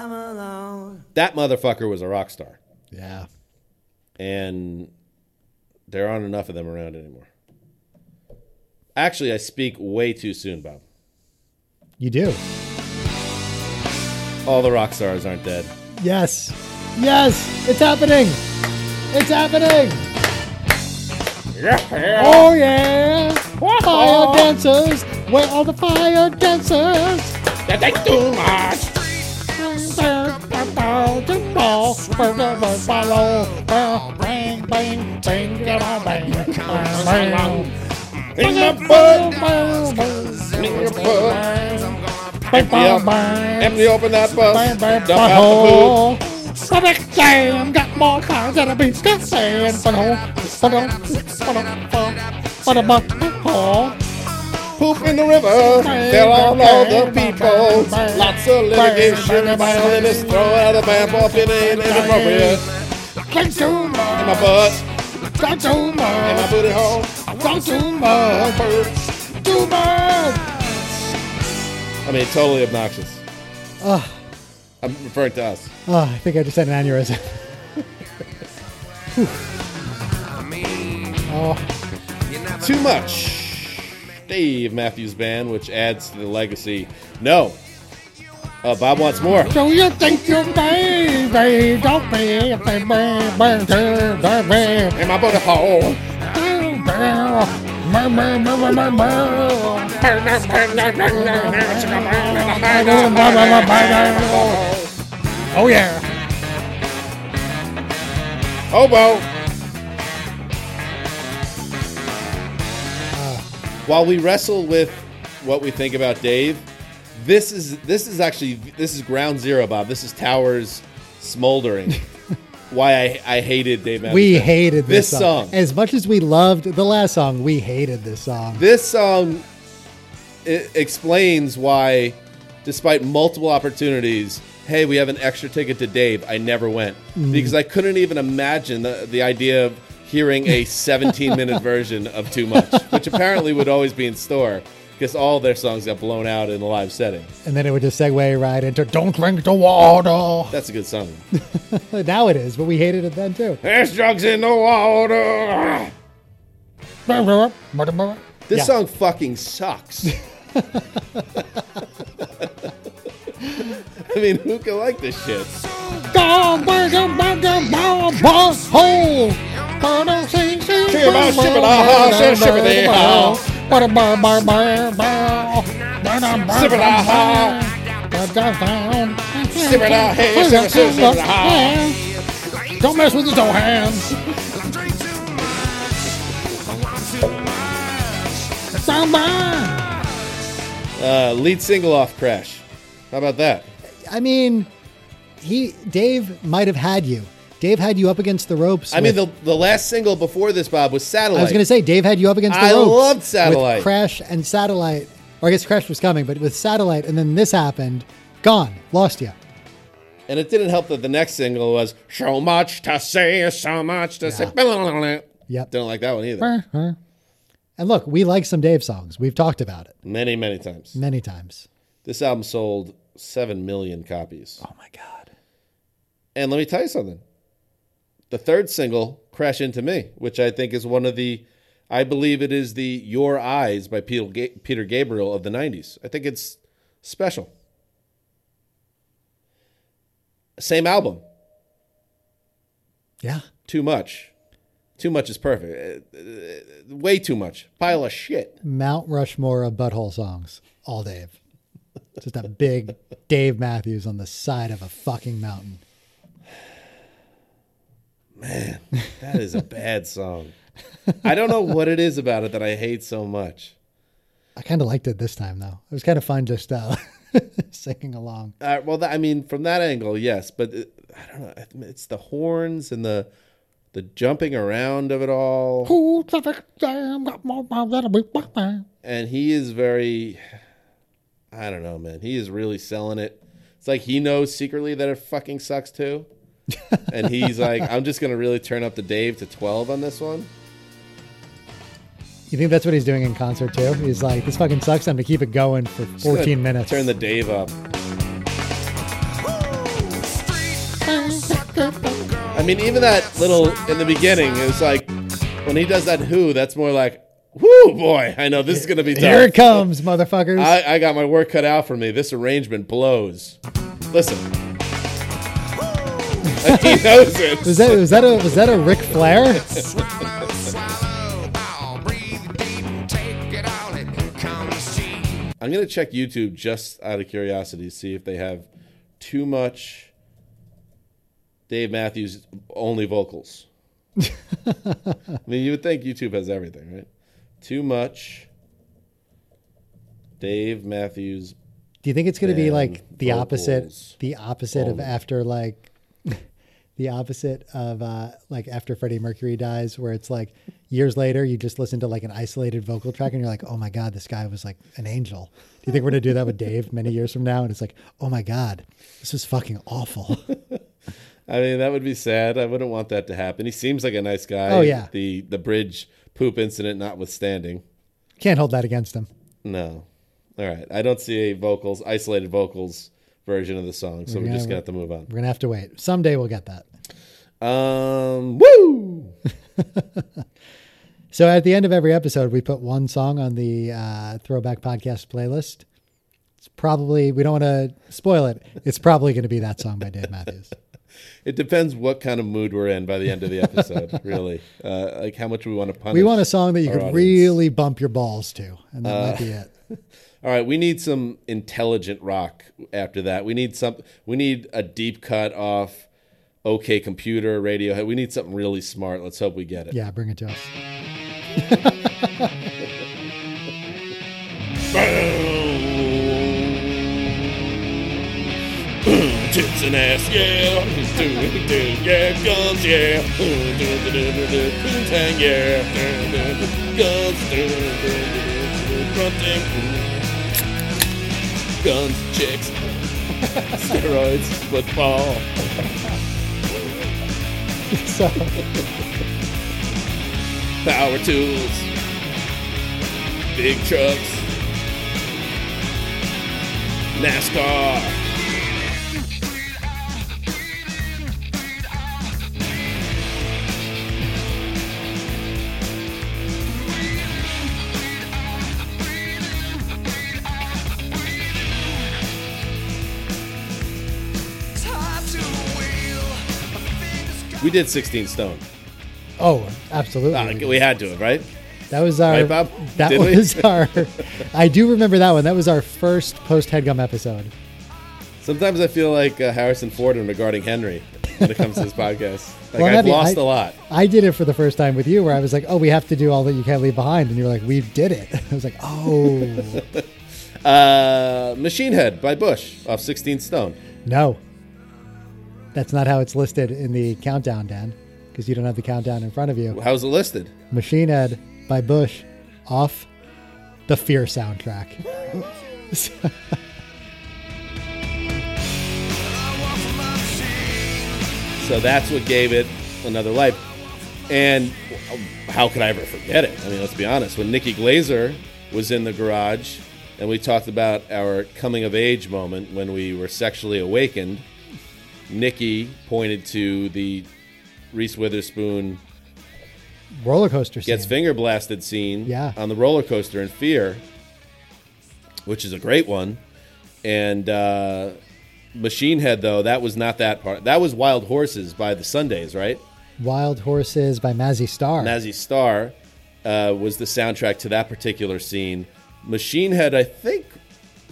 S2: That motherfucker was a rock star,
S3: Yeah.
S2: and there aren't enough of them around anymore. Actually, I speak way too soon, Bob.
S3: You do.
S2: All the rock stars aren't dead.
S3: Yes. Yes. It's happening. It's happening. Oh, yeah. Fire dancers. Where are the fire dancers?
S2: Empty open that bus. Dump out
S3: Oh,
S2: the
S6: Lots
S2: poop. Poop in the river. They'll all know the people. Lots of litigation. Violinists throw out a band for feeling inappropriate. In my butt.
S6: Don't do
S2: In my
S6: much.
S2: booty hole.
S6: Don't do much. Do much.
S2: I mean, totally obnoxious. I'm referring to us.
S3: Oh, I think I just had an aneurysm.
S2: Too much. Dave Matthews Band, which adds to the legacy. No. Uh, Bob wants more.
S6: Do you think you're baby? Don't be a baby. baby,
S2: In my booty hole.
S6: Oh yeah.
S2: Hobo. While we wrestle with what we think about Dave, this is this is actually this is ground zero, Bob. This is towers smoldering. Why I, I hated Dave. Matthews
S3: We
S2: Band.
S3: hated this,
S2: song.
S3: As much as we loved the last song, we hated this song.
S2: This song it explains why, despite multiple opportunities, hey, we have an extra ticket to Dave. I never went because I couldn't even imagine the, the idea of hearing a 17 minute version of Too Much, which apparently would always be in store because all their songs got blown out in the live setting.
S3: And then it would just segue right into Don't Drink the Water.
S2: That's a good song.
S3: Now it is, but we hated it then too.
S2: There's drugs in the water. This
S3: Yeah.
S2: song fucking sucks. I mean, who can like this shit? uh-huh, uh-huh. uh-huh.
S6: uh-huh. Don't mess with the dough hands. Samba.
S2: Uh, lead single off Crash. How about that?
S3: I mean, he Dave might have had you. Dave had you up against the ropes.
S2: I mean,
S3: with-
S2: the, the last single before this, Bob, was Satellite.
S3: I was going to say Dave had you up against the
S2: I
S3: ropes.
S2: loved Satellite.
S3: With Crash and Satellite, or I guess Crash was coming, but with Satellite, and then this happened. Gone, lost you.
S2: And it didn't help that the next single was So Much to Say, So Much to Say.
S3: Yep.
S2: Don't like that one either.
S3: And look, we like some Dave songs. We've talked about it
S2: Many, many times.
S3: many times.
S2: This album sold 7 million copies.
S3: Oh my god.
S2: And let me tell you something. The third single, Crash Into Me, which I think is one of the, I believe it is the Your Eyes by Peter, Ga- Peter Gabriel of the 90s. I think it's special. Same album,
S3: Yeah.
S2: Too Much. Too Much is perfect. Uh, uh, Way too much. Pile of shit.
S3: Mount Rushmore of butthole songs. All Dave. Just a big Dave Matthews on the side of a fucking mountain.
S2: That is a bad song. I don't know what it is about it that I hate so much.
S3: I kind of liked it this time though. It was kind of fun just uh, singing along.
S2: Uh, well, that, I mean, from that angle, yes, but it, I don't know. I think It's the horns and the the jumping around of it all, and he is very. I don't know, man. He is really selling it. It's like he knows secretly that it fucking sucks too, and he's like, "I'm just gonna really turn up the Dave to 12 on this one."
S3: You think that's what he's doing in concert too? He's like, this fucking sucks. I'm gonna keep it going for
S2: Just gonna
S3: 14 minutes.
S2: Turn the Dave up. I mean, even that little in the beginning, it was like when he does that who, that's more like Whoo boy, I know this is gonna be tough.
S3: Here it comes, motherfuckers.
S2: I, I got my work cut out for me. This arrangement blows. Listen. he knows it.
S3: was that was that a was that a Ric Flair?
S7: swallow, swallow, bow, breathe deep, take it all, it comes cheap.
S2: I'm gonna check YouTube just out of curiosity to see if they have too much Dave Matthews only vocals. I mean, you would think YouTube has everything, right? Too much Dave Matthews.
S3: Do you think it's going to be
S2: Then
S3: like the opposite,
S2: vocals
S3: the opposite of
S2: only.
S3: after like, the opposite of uh, like after Freddie Mercury dies, where it's like years later you just listen to like an isolated vocal track and you're like, oh my god, this guy was like an angel. Do you think we're going to do that with Dave many years from now? And it's like, oh my god, this is fucking awful.
S2: I mean, that would be sad. I wouldn't want that to happen. He seems like a nice guy.
S3: Oh, yeah.
S2: The the bridge poop incident notwithstanding.
S3: Can't hold that against him.
S2: No. All right. I don't see a vocals isolated vocals version of the song, so we
S3: gonna-
S2: just got to move on.
S3: We're gonna have to wait. Someday we'll get that.
S2: Um. Woo.
S3: So at the end of every episode, we put one song on the uh, Throwback Podcast playlist. It's probably we don't want to spoil it. It's probably going to be that song by Dave Matthews.
S2: It depends what kind of mood we're in by the end of the episode, really. Uh, like how much we want to punish.
S3: We want a song that you
S2: Our
S3: could
S2: audience. Uh.
S3: really bump your balls to, and that might be it.
S2: All right, we need some intelligent rock after that. We need some. We need a deep cut off. OK Computer, Radiohead. We need something really smart. Let's hope we get it.
S3: Yeah, bring it to us.
S2: Tits and ass, yeah. Do it, do it, yeah. Guns, yeah. Ooh, do, do, do, do, do. Poontang, yeah. Do, do, do. Guns, do, do, do, do, do. Grunting. Ooh. Guns, chicks, steroids, football.
S3: So
S2: power tools, big trucks, NASCAR. We did 16 Stone.
S3: oh, absolutely.
S2: Ah, we had to have, right?
S3: that was our.
S2: Right, Bob?
S3: That
S2: Did we?
S3: was our. I do remember that one. That was our first post headgum episode.
S2: Sometimes I feel like uh, Harrison Ford in regarding Henry when it comes to this podcast. Like
S3: Well,
S2: I've
S3: Abby,
S2: lost
S3: I-
S2: a lot.
S3: I did it for the first time with you, where I was like, "Oh, we have to do all that you can't leave behind," and you were like, "We did it." I was like, "Oh."
S2: Uh, Machine Head by Bush off 16 Stone.
S3: No. That's not how it's listed in the countdown, Dan, because you don't have the countdown in front of you.
S2: How's it listed?
S3: Machine Head by Bush off the Fear soundtrack.
S2: So that's what gave it another life. And how could I ever forget it? I mean, let's be honest. When Nikki Glazer was in the garage and we talked about our coming of age moment when we were sexually awakened, Nikki pointed to the Reese Witherspoon
S3: Roller coaster scene.
S2: gets finger blasted scene
S3: Yeah.
S2: on the roller coaster in Fear, which is a great one. And uh, Machine Head, though, that was not that part. That was Wild Horses by the Sundays, right?
S3: Wild Horses by Mazzy Star.
S2: Mazzy Star uh, was the soundtrack to that particular scene. Machine Head, I think,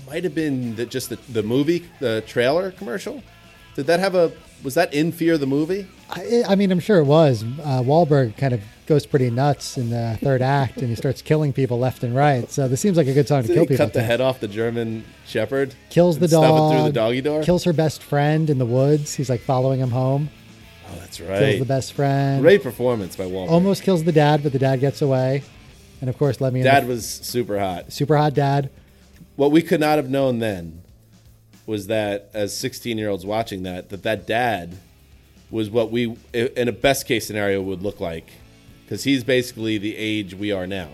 S2: might have been the, just the, the movie, the trailer commercial. Did that have a? Was that in Fear the movie?
S3: I, I mean, I'm sure it was. Uh, Wahlberg kind of goes pretty nuts in the third act, and he starts killing people left and right. So this seems like a good song to
S2: Did
S3: kill
S2: he
S3: people.
S2: cut the
S3: to.
S2: head off the German Shepherd?
S3: Kills the
S2: and stuff
S3: dog.
S2: it through the doggy door.
S3: Kills her best friend in the woods. He's like following him home.
S2: oh, that's
S3: Kills
S2: right.
S3: the best friend.
S2: Great performance by Wahlberg.
S3: almost kills the dad, but the dad gets away. And of course, let me in
S2: Dad
S3: the-
S2: was super hot.
S3: super hot dad.
S2: What we could not have known then was that, as 16 year olds watching that, that that dad was what we, in a best case scenario, would look like. Because he's basically the age we are now.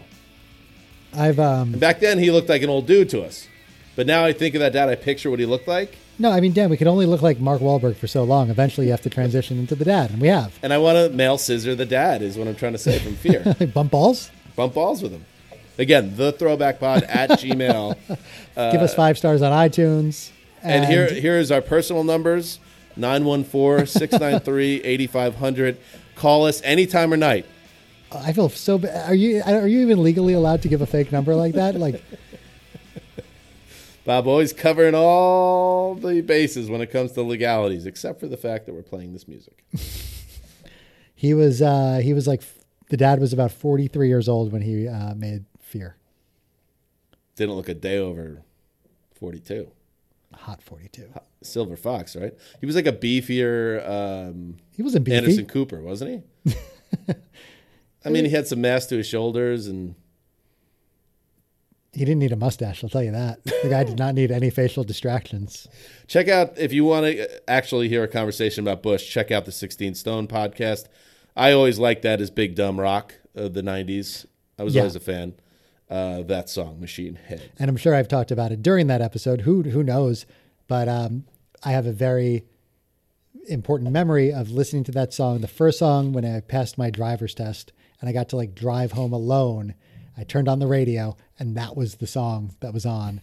S3: I've um
S2: Back then, he looked like an old dude to us. But now I think of that dad, I picture what he looked like.
S3: no, I mean Dan, we can only look like Mark Wahlberg for so long. Eventually, you have to transition into the dad, and we have
S2: And I want to male scissor the dad, is what I'm trying to say from fear.
S3: like bump balls.
S2: Bump balls with him. Again, the throwback pod at Gmail.
S3: Give us five stars on iTunes.
S2: Uh, And here here is our personal numbers 914-693-8500. Call us anytime or night.
S3: I feel so bad. Are you are you even legally allowed to give a fake number like that? Like,
S2: Bob always covering all the bases when it comes to legalities, except for the fact that we're playing this music.
S3: he was uh, he was like the dad was about 43 years old when he uh, made fear
S2: Didn't look a day over 42.
S3: hot 42
S2: Silver Fox, right? He was like a beefier um,
S3: he wasn't beefy
S2: Anderson Cooper, wasn't he? I mean, he had some mass to his shoulders, and
S3: he didn't need a mustache i'll tell you that the guy did not need any facial distractions
S2: check out if you want to actually hear a conversation about Bush. Check out the Sixteen Stone podcast. I always liked that as big dumb rock of the '90s. I was
S3: Yeah.
S2: always a fan. Uh, that song, Machine Head.
S3: and i'm sure i've talked about it during that episode who who knows but um, i have a very important memory of listening to that song the first song when i passed my driver's test and i got to like drive home alone i turned on the radio and that was the song that was on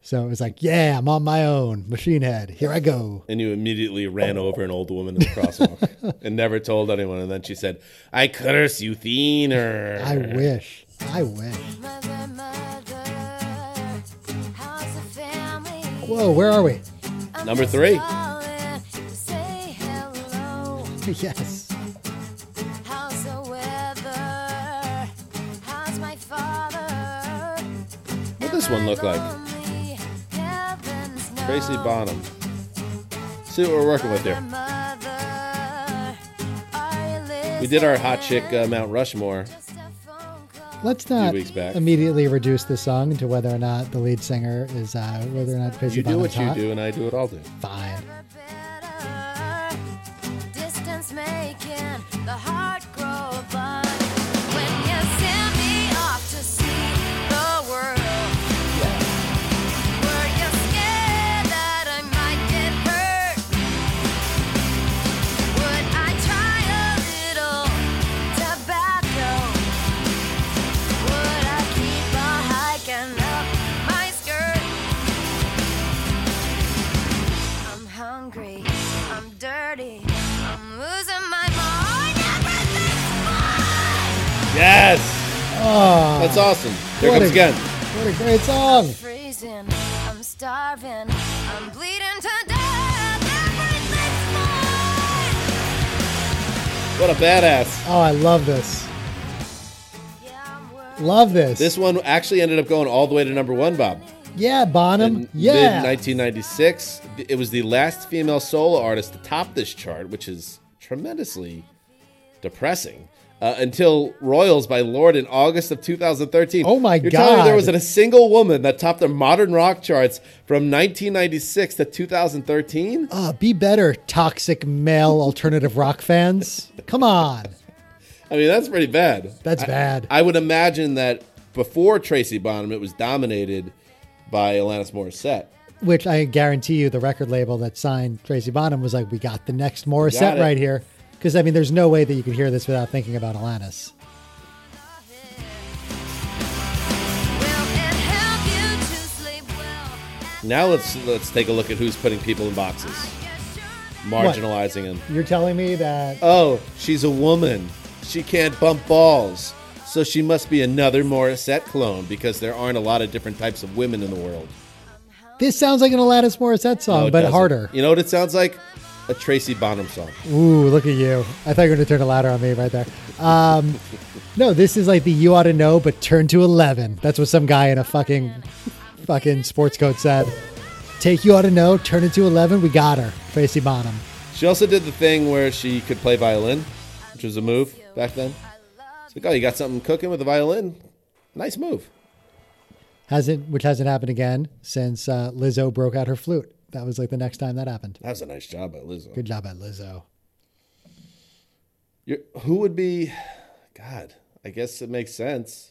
S3: so it was like yeah i'm on my own machine head here i go
S2: And you immediately ran over an old woman in the crosswalk and never told anyone. And then she said, "I curse you, Thiener."
S3: I wish. I wish.
S8: Mother, mother, how's the family?
S3: Whoa, where are we?
S8: I'm
S2: Number
S8: just
S2: three.
S8: calling to Say hello.
S3: yes.
S8: How's the weather? How's my father?
S2: What this one look like?
S8: Lonely, heavens
S2: Tracy
S8: know.
S2: Bonham. See what we're working with there.
S8: Mother, mother, are you
S2: We did our hot
S8: listening?
S2: chick uh, Mount Rushmore.
S8: Just a phone call.
S3: Let's not
S2: weeks back.
S3: immediately reduce the song to whether or not the lead singer is uh, whether or not Tracy
S2: You do
S3: Bonham's
S2: what you
S3: hot.
S2: do, and I do what I'll do.
S3: Fine.
S8: Better. Distance making the heart grow blind. When you send me off to see the world, were you scared that I might get hurt? Would I try a little tobacco? Would I keep on hiking up my skirt? I'm hungry, I'm dirty, I'm losing my mind. Everything's fine.
S2: Yes!
S3: Ah.
S2: That's awesome. Here
S3: What
S2: comes
S3: a-
S2: again.
S3: What a great song.
S8: Freezing, I'm starving, I'm bleeding to death. Everything's fine.
S2: What a badass.
S3: Oh, I love this.
S8: Yeah, I'm worth
S3: Love this.
S2: This one actually ended up going all the way to number one, Bob.
S3: yeah, Bonham. Um, yeah.
S2: Mid 1996. It was the last female solo artist to top this chart, which is tremendously depressing. Uh, until Royals by Lord in August of 2013.
S3: Oh my
S2: You're telling me
S3: God.
S2: there wasn't a single woman that topped the modern rock charts from 1996 to 2013?
S3: Uh, be better, toxic male alternative rock fans. Come on.
S2: I mean, that's pretty bad.
S3: That's bad.
S2: I would imagine that before Tracy Bonham, it was dominated by Alanis Morissette.
S3: Which I guarantee you, the record label that signed Tracy Bonham was like, we got the next Morissette
S2: it.
S3: right here. Because, I mean, there's no way that you could hear this without thinking about Alanis.
S8: Will it help you to sleep well? And
S2: Now let's let's take a look at who's putting people in boxes,
S8: you're sure that
S2: marginalizing them.
S3: You're telling me that
S2: Oh, she's a woman. She can't bump balls, so she must be another Morissette clone because there aren't a lot of different types of women in the world.
S3: This sounds like an Alanis Morissette song,
S2: No, it
S3: Oh, but
S2: doesn't.
S3: harder.
S2: You know what it sounds like? A Tracy Bonham song.
S3: Ooh, look at you. I thought you were going to turn it louder on me right there. Um, no, this is like the you ought to know, but turn to 11. That's what some guy in a fucking, fucking sports coat said. Take you ought to know, turn it to 11. We got her, Tracy Bonham.
S2: She also did the thing where she could play violin, which was a move back then. It's like, oh, you got something cooking with a violin? Nice move.
S3: Hasn't, which hasn't happened again since uh, Lizzo broke out her flute. That was like the next time that happened.
S2: That was a nice job by Lizzo.
S3: Good job at Lizzo.
S2: You're, who would be? God, I guess it makes sense.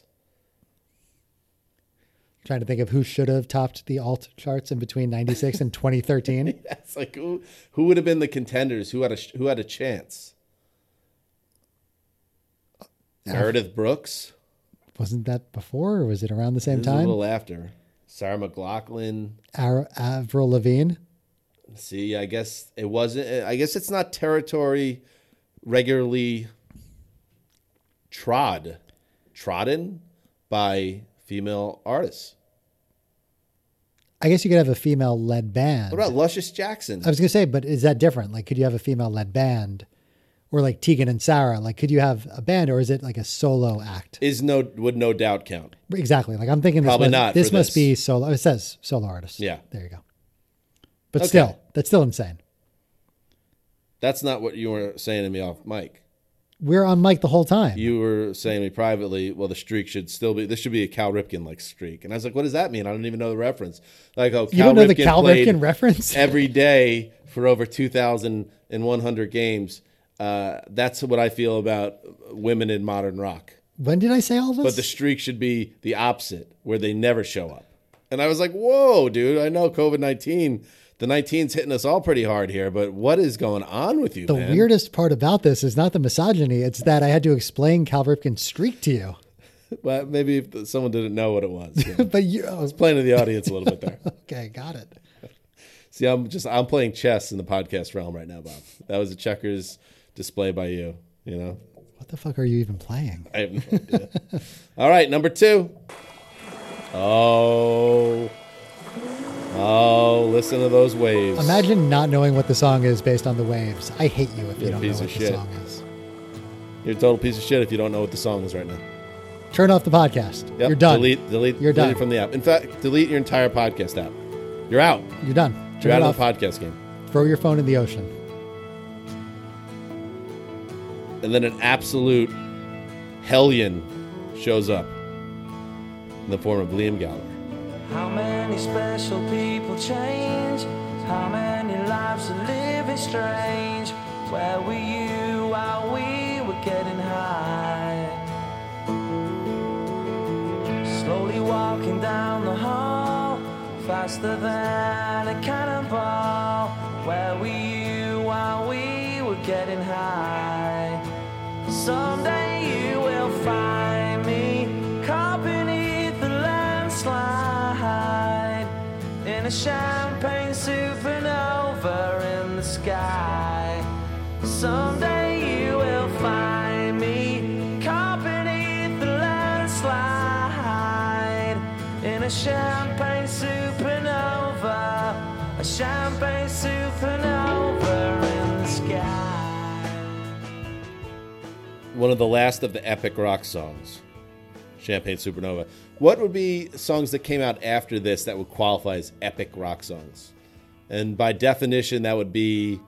S3: Trying to think of who should have topped the alt charts in between 96 and 2013.
S2: That's like who who would have been the contenders? Who had a who had a chance? Meredith Brooks.
S3: wasn't that before or was it around the same
S2: This is a
S3: time?
S2: little after. Sarah McLaughlin.
S3: Ar- Avril Lavigne.
S2: See, I guess it wasn't. I guess it's not territory regularly trod, trodden by female artists.
S3: I guess you could have a female led band.
S2: What about Luscious Jackson?
S3: I was gonna say, but is that different? Like, could you have a female led band, or like Tegan and Sarah? Like, could you have a band, or is it like a solo act?
S2: Is no would no doubt count.
S3: exactly. Like, I'm thinking this
S2: Probably
S3: must,
S2: not
S3: This
S2: for
S3: must
S2: this.
S3: be solo. It says solo artist.
S2: Yeah.
S3: there you go. But
S2: Okay.
S3: still, that's still insane.
S2: That's not what you were saying to me off mic.
S3: We're on mic the whole time.
S2: You were saying to me privately, well, the streak should still be, this should be a Cal Ripken like streak. And I was like, what does that mean? I don't even know the reference. Like, oh, Cal
S3: You don't know the
S2: Ripken
S3: Cal
S2: played
S3: Ripken reference?
S2: every day for over 2,100 games. Uh, that's what I feel about women in modern rock.
S3: when did I say all this?
S2: But the streak should be the opposite, where they never show up. And I was like, whoa, dude, I know COVID 19, the 19's hitting us all pretty hard here, but what is going on with you,
S3: the
S2: man?
S3: weirdest part about this is not the misogyny; it's that I had to explain Cal Ripken's streak to you.
S2: Well, maybe if someone didn't know what it was. you know.
S3: But you, oh,
S2: Playing to the audience a little bit there.
S3: okay, got it.
S2: See, I'm just I'm playing chess in the podcast realm right now, Bob. That was a checkers display by you. You know,
S3: What the fuck are you even playing?
S2: I have no idea. All right, number two. Oh, oh, listen to those waves.
S3: Imagine not knowing what the song is based on the waves. I hate you if you
S2: You're a
S3: don't know
S2: piece
S3: what the
S2: of shit.
S3: song is.
S2: You're a total piece of shit if you don't know what the song is right now.
S3: Turn off the podcast.
S2: Yep,
S3: You're done.
S2: Delete, delete,
S3: You're
S2: delete
S3: done.
S2: it from the app. In fact, delete your entire podcast app. You're out.
S3: You're done. Turn
S2: You're
S3: it
S2: out
S3: off.
S2: of the podcast game.
S3: Throw your phone in the ocean.
S2: and then an absolute hellion shows up in the form of Liam Gallagher.
S5: How many special people change? How many lives are living strange? Where were you while we were getting high? Slowly walking down the hall, faster than a cannonball. Where were you while we were getting high? Someday you will find me caught beneath the landslide in a champagne supernova in the sky. Someday you will find me caught beneath the landslide in a champagne supernova, a champagne supernova in the sky.
S2: One of the last of the epic rock songs, Champagne Supernova. What would be songs that came out after this that would qualify as epic rock songs? And by definition, that would be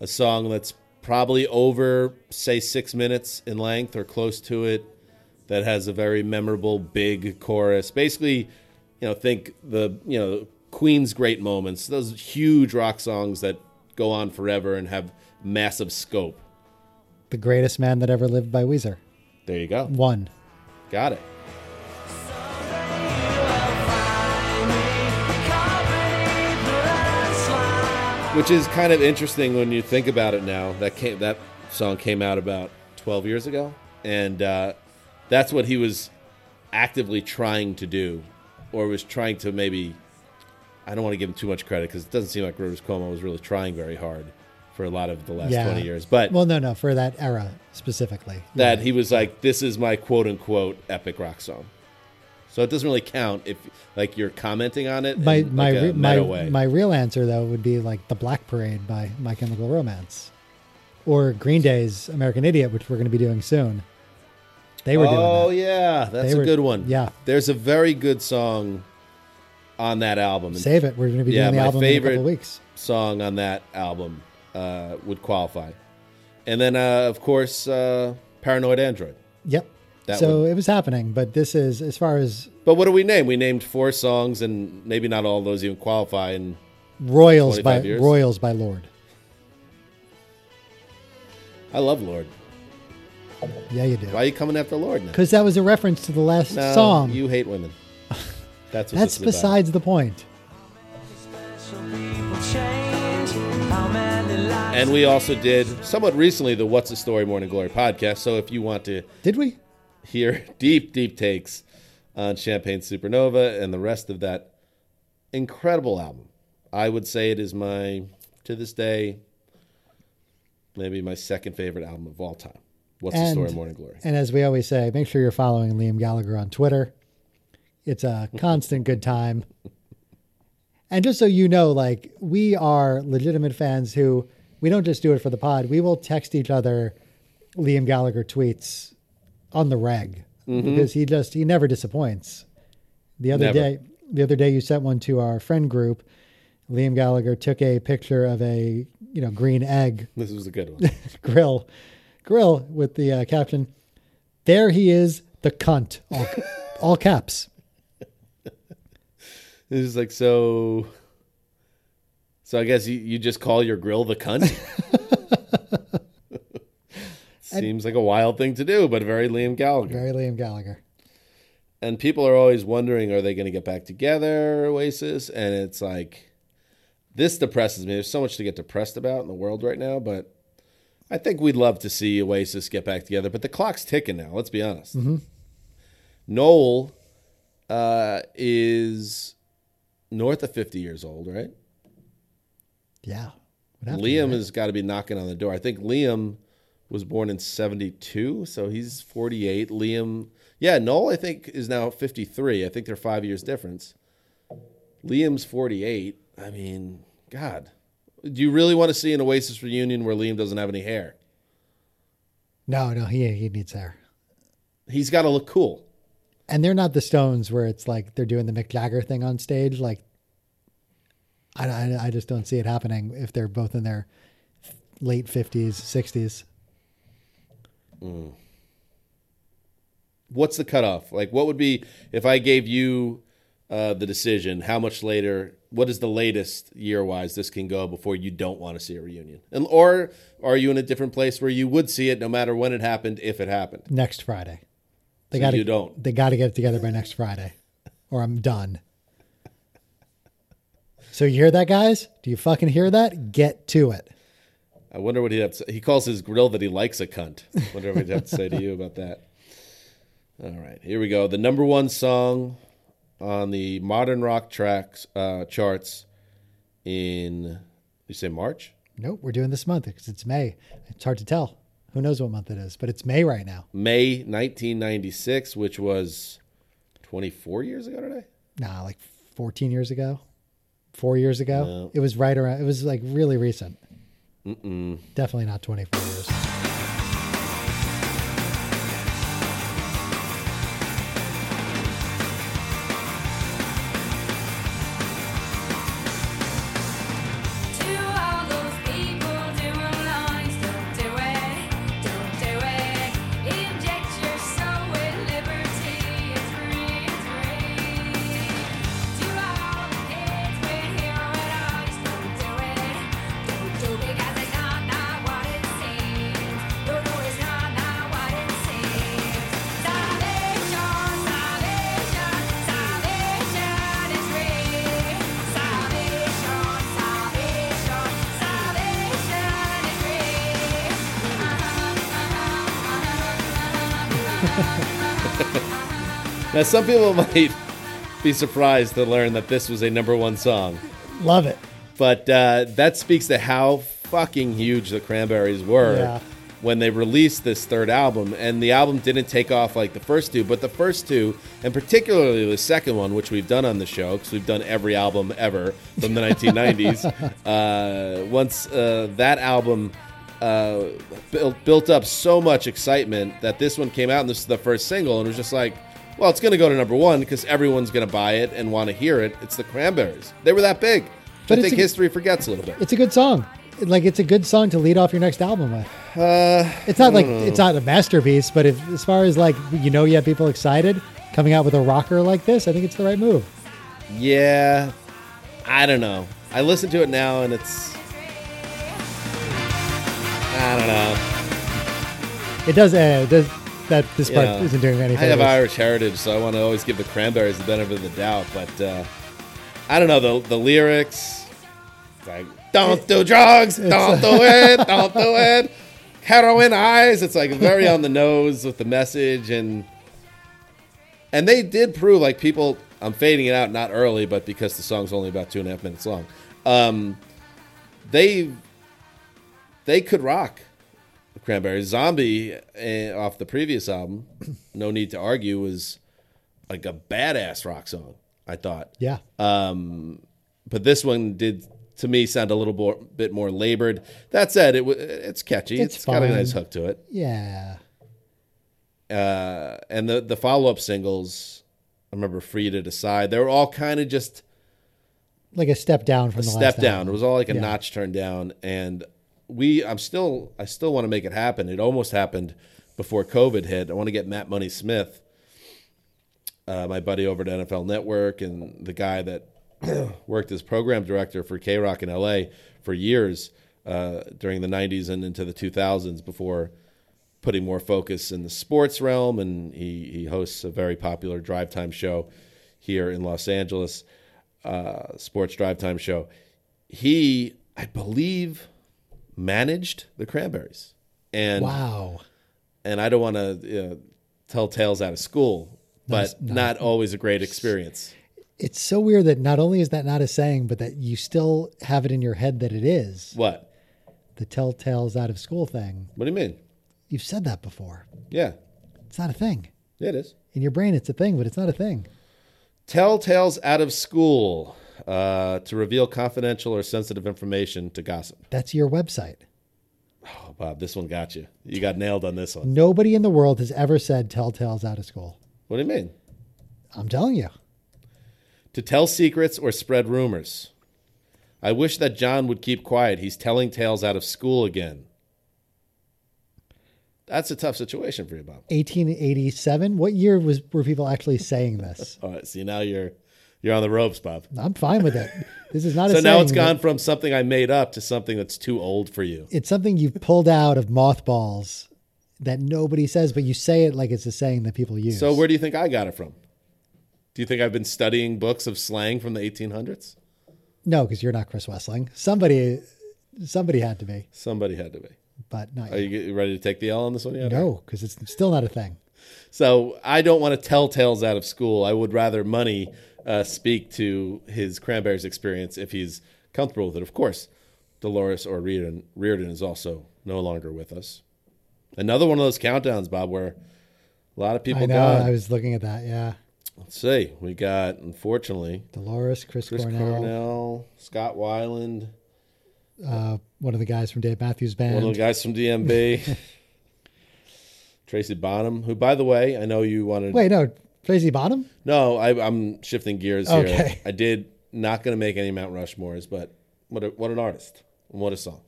S2: a song that's probably over, say, six minutes in length or close to it, that has a very memorable big chorus. Basically, you know, think the, you know, Queen's great moments, those huge rock songs that go on forever and have massive scope.
S3: The greatest man that ever lived by Weezer.
S2: There you go.
S3: One.
S2: Got it. Which is kind of interesting when you think about it now. That came that song came out about 12 years ago, and uh, that's what he was actively trying to do, or was trying to maybe. I don't want to give him too much credit because it doesn't seem like Rivers Cuomo was really trying very hard for a lot of the last 20 years. But
S3: well, no, no, for that era specifically.
S2: that he was like, "This is my quote unquote epic rock song." So it doesn't really count if like you're commenting on it.
S3: my
S2: in,
S3: my
S2: like, a
S3: re- my
S2: meta way.
S3: my real answer though would be like the Black Parade by My Chemical Romance, or Green Day's American Idiot, which we're going to be doing soon. They were
S2: oh
S3: doing
S2: yeah, that's
S3: They
S2: a
S3: were-
S2: good one.
S3: yeah.
S2: there's a very good song on that album.
S3: that.
S2: And
S3: Save it. We're going to be
S2: Yeah,
S3: doing the
S2: my
S3: album in a
S2: favorite-
S3: couple weeks.
S2: song on that album uh, would qualify, and then uh, of course, uh, "Paranoid Android."
S3: Yep.
S2: That
S3: so
S2: one.
S3: it was happening, but this is as far as
S2: But what do we name? We named four songs, and maybe not all those even qualify. And
S3: Royals by
S2: 25 years?
S3: Royals by Lord.
S2: I love Lord.
S3: Yeah, you do.
S2: Why are you coming after Lord now?
S3: Because that was a reference to the last
S2: No,
S3: song.
S2: You hate women. That's what
S3: That's
S2: this is about.
S3: besides the point.
S2: And we also did somewhat recently the What's the Story Morning Glory podcast. So if you want to
S3: Did we?
S2: hear deep, deep takes on Champagne Supernova and the rest of that incredible album. I would say it is my, to this day, maybe my second favorite album of all time. What's the
S3: And-
S2: story of Morning Glory?
S3: And as we always say, make sure you're following Liam Gallagher on Twitter. It's a constant good time. And just so you know, like we are legitimate fans who we don't just do it for the pod. We will text each other Liam Gallagher tweets on the reg because he just he never disappoints. The other
S2: Never.
S3: day, the other day you sent one to our friend group. Liam Gallagher took a picture of a you know green egg
S2: This was a good one.
S3: grill grill with the uh, caption there he is the cunt all, all caps
S2: It was like so. So I guess you, you just call your grill the cunt. Seems like a wild thing to do, but very Liam Gallagher.
S3: very liam gallagher
S2: And people are always wondering, are they going to get back together, Oasis? And it's like, this depresses me. There's so much to get depressed about in the world right now, but I think we'd love to see Oasis get back together. But the clock's ticking now. Let's be honest. Noel uh, is north of 50 years old, right?
S3: yeah What happened?
S2: Liam has got to be knocking on the door. I think Liam was born in 72, so he's 48. Liam, yeah, Noel, I think, is now 53. I think they're five years difference. Liam's 48. I mean, God. Do you really want to see an Oasis reunion where Liam doesn't have any hair?
S3: no no he, he needs hair
S2: He's got to look cool.
S3: and they're not the stones where it's like they're doing the mick jagger thing on stage like I, I, I just don't see it happening if they're both in their late 50s 60s
S2: What's the cutoff? Like, what would be if I gave you uh, the decision? How much later? What is the latest year wise this can go before you don't want to see a reunion? And or are you in a different place where you would see it no matter when it happened, if it happened?
S3: next friday they
S2: So
S3: gotta
S2: you don't.
S3: they gotta get it together by next friday or i'm done so you hear that guys do you fucking hear that get to it
S2: I wonder what he'd have to say. He calls his grill that he likes a cunt. Wonder what he'd have to say to you about that. All right, here we go. The number one song on the modern rock tracks uh, charts in you say March.
S3: nope we're doing this month because it's may it's hard to tell who knows what month it is but it's may right now
S2: May 1996, which was 24 years ago today.
S3: nah like 14 years ago four years ago it was right around it was like really recent definitely not 24 years
S8: To all those people doing lines, don't do it, don't do it. Inject your soul with liberty, it's free, it's free. To all the kids with heroin eyes, don't do it, don't do it, because it's not not what it seems. No, no, it's not not what it seems. Salvation, salvation, salvation is real. Salvation, salvation, salvation is real.
S2: Now, some people might be surprised to learn that this was a number one song,
S3: love it
S2: but uh, that speaks to how fucking huge the Cranberries were
S3: Yeah.
S2: when they released this third album. And the album didn't take off like the first two, but the first two, and particularly the second one, which we've done on the show, because we've done every album ever from the 1990s. Uh, once uh, that album uh, built, built up so much excitement that this one came out and this is the first single, and it was just like, well, it's going to go to number one because everyone's going to buy it and want to hear it. It's the Cranberries. They were that big.
S3: But
S2: I
S3: it's
S2: think
S3: a-
S2: history forgets a little bit.
S3: it's a good song like it's a good song to lead off your next album with
S2: Uh,
S3: it's not like
S2: mm.
S3: it's not a masterpiece but if, as far as like you know you have people excited coming out with a rocker like this i think it's the right move
S2: Yeah, I don't know. I listen to it now and it's. I don't know.
S3: it does uh, does that this
S2: You
S3: part
S2: know,
S3: isn't doing
S2: I have
S3: anything
S2: Irish heritage, so I want to always give the Cranberries the benefit of the doubt, but uh, I don't know the the lyrics. It's like, don't do drugs, don't do it, don't do it. heroin eyes. It's like very on the nose with the message and and they did prove like people. I'm fading it out not early, but because the song's only about two and a half minutes long, um, they they could rock. Cranberries Zombie eh, off the previous album, no need to argue, was like a badass rock song. I thought
S3: Yeah.
S2: but this one did to me sound a little more, bit more labored. That said, it wa- it's catchy.
S3: It's
S2: it's got a
S3: fine.
S2: nice hook to it.
S3: yeah.
S2: Uh, and the the follow up singles, I remember "Free to Decide." They were all kind of just
S3: Like a step down from the last
S2: step down.
S3: album.
S2: It was all like a notch turned down. And we, I'm still, I still want to make it happen. It almost happened before COVID hit. I want to get Matt Money Smith, uh, my buddy over at NFL Network, and the guy that worked as program director for K Rock in LA for years uh, during the 90s and into the 2000s before putting more focus in the sports realm, and he, he hosts a very popular drive time show here in Los Angeles, uh, sports drive time show. He, I believe, managed the Cranberries, and
S3: Wow.
S2: and I don't want to uh, tell tales out of school, but
S3: Nice.
S2: not always a great experience.
S3: It's so weird that not only is that not a saying, but that you still have it in your head that it is
S2: What?
S3: the telltales out of school thing.
S2: What do you mean?
S3: You've said that before.
S2: Yeah,
S3: It's not a thing.
S2: it is.
S3: In your brain, it's a thing, but it's not a thing.
S2: Tell tales out of school uh, to reveal confidential or sensitive information to gossip.
S3: That's your website.
S2: Oh, Bob, this one got you. You got nailed on this one.
S3: Nobody in the world has ever said telltales out of school.
S2: What do you mean?
S3: I'm telling you.
S2: To tell secrets or spread rumors. I wish that John would keep quiet. He's telling tales out of school again. That's a tough situation for you, Bob.
S3: 1887. What year was were people actually saying this?
S2: All right, see now you're you're on the ropes, Bob.
S3: I'm fine with it. This is not a
S2: So now it's
S3: saying, but
S2: gone from something I made up to something that's too old for you.
S3: It's something you pulled out of mothballs that nobody says, but you say it like it's a saying that people use.
S2: So where do you think I got it from? Do you think I've been studying books of slang from the 1800s?
S3: no, because you're not Chris Wessling. Somebody, somebody had to be,
S2: Somebody had to be.
S3: but not
S2: Are
S3: you.
S2: you get- you ready to take the L on this one yet?
S3: No, because it's still not a thing.
S2: So I don't want to tell tales out of school. I would rather money uh, speak to his Cranberries experience if he's comfortable with it. Of course, Dolores or Reardon, Reardon is also no longer with us. Another one of those countdowns, Bob, where a lot of people
S3: I know.
S2: gone.
S3: I was looking at that. Yeah,
S2: Let's see. We got, unfortunately,
S3: Dolores, Chris,
S2: Chris
S3: Cornell,
S2: Cornell, Scott Weiland,
S3: one of the guys from Dave Matthews
S2: one
S3: Band.
S2: of the guys from DMB, Tracy Bonham, who, by the way, I know you wanted
S3: Wait, no, Tracy Bottom.
S2: No, I, I'm shifting gears here.
S3: Okay.
S2: I did not going to make any Mount Rushmores, but what a, what an artist, and what a song.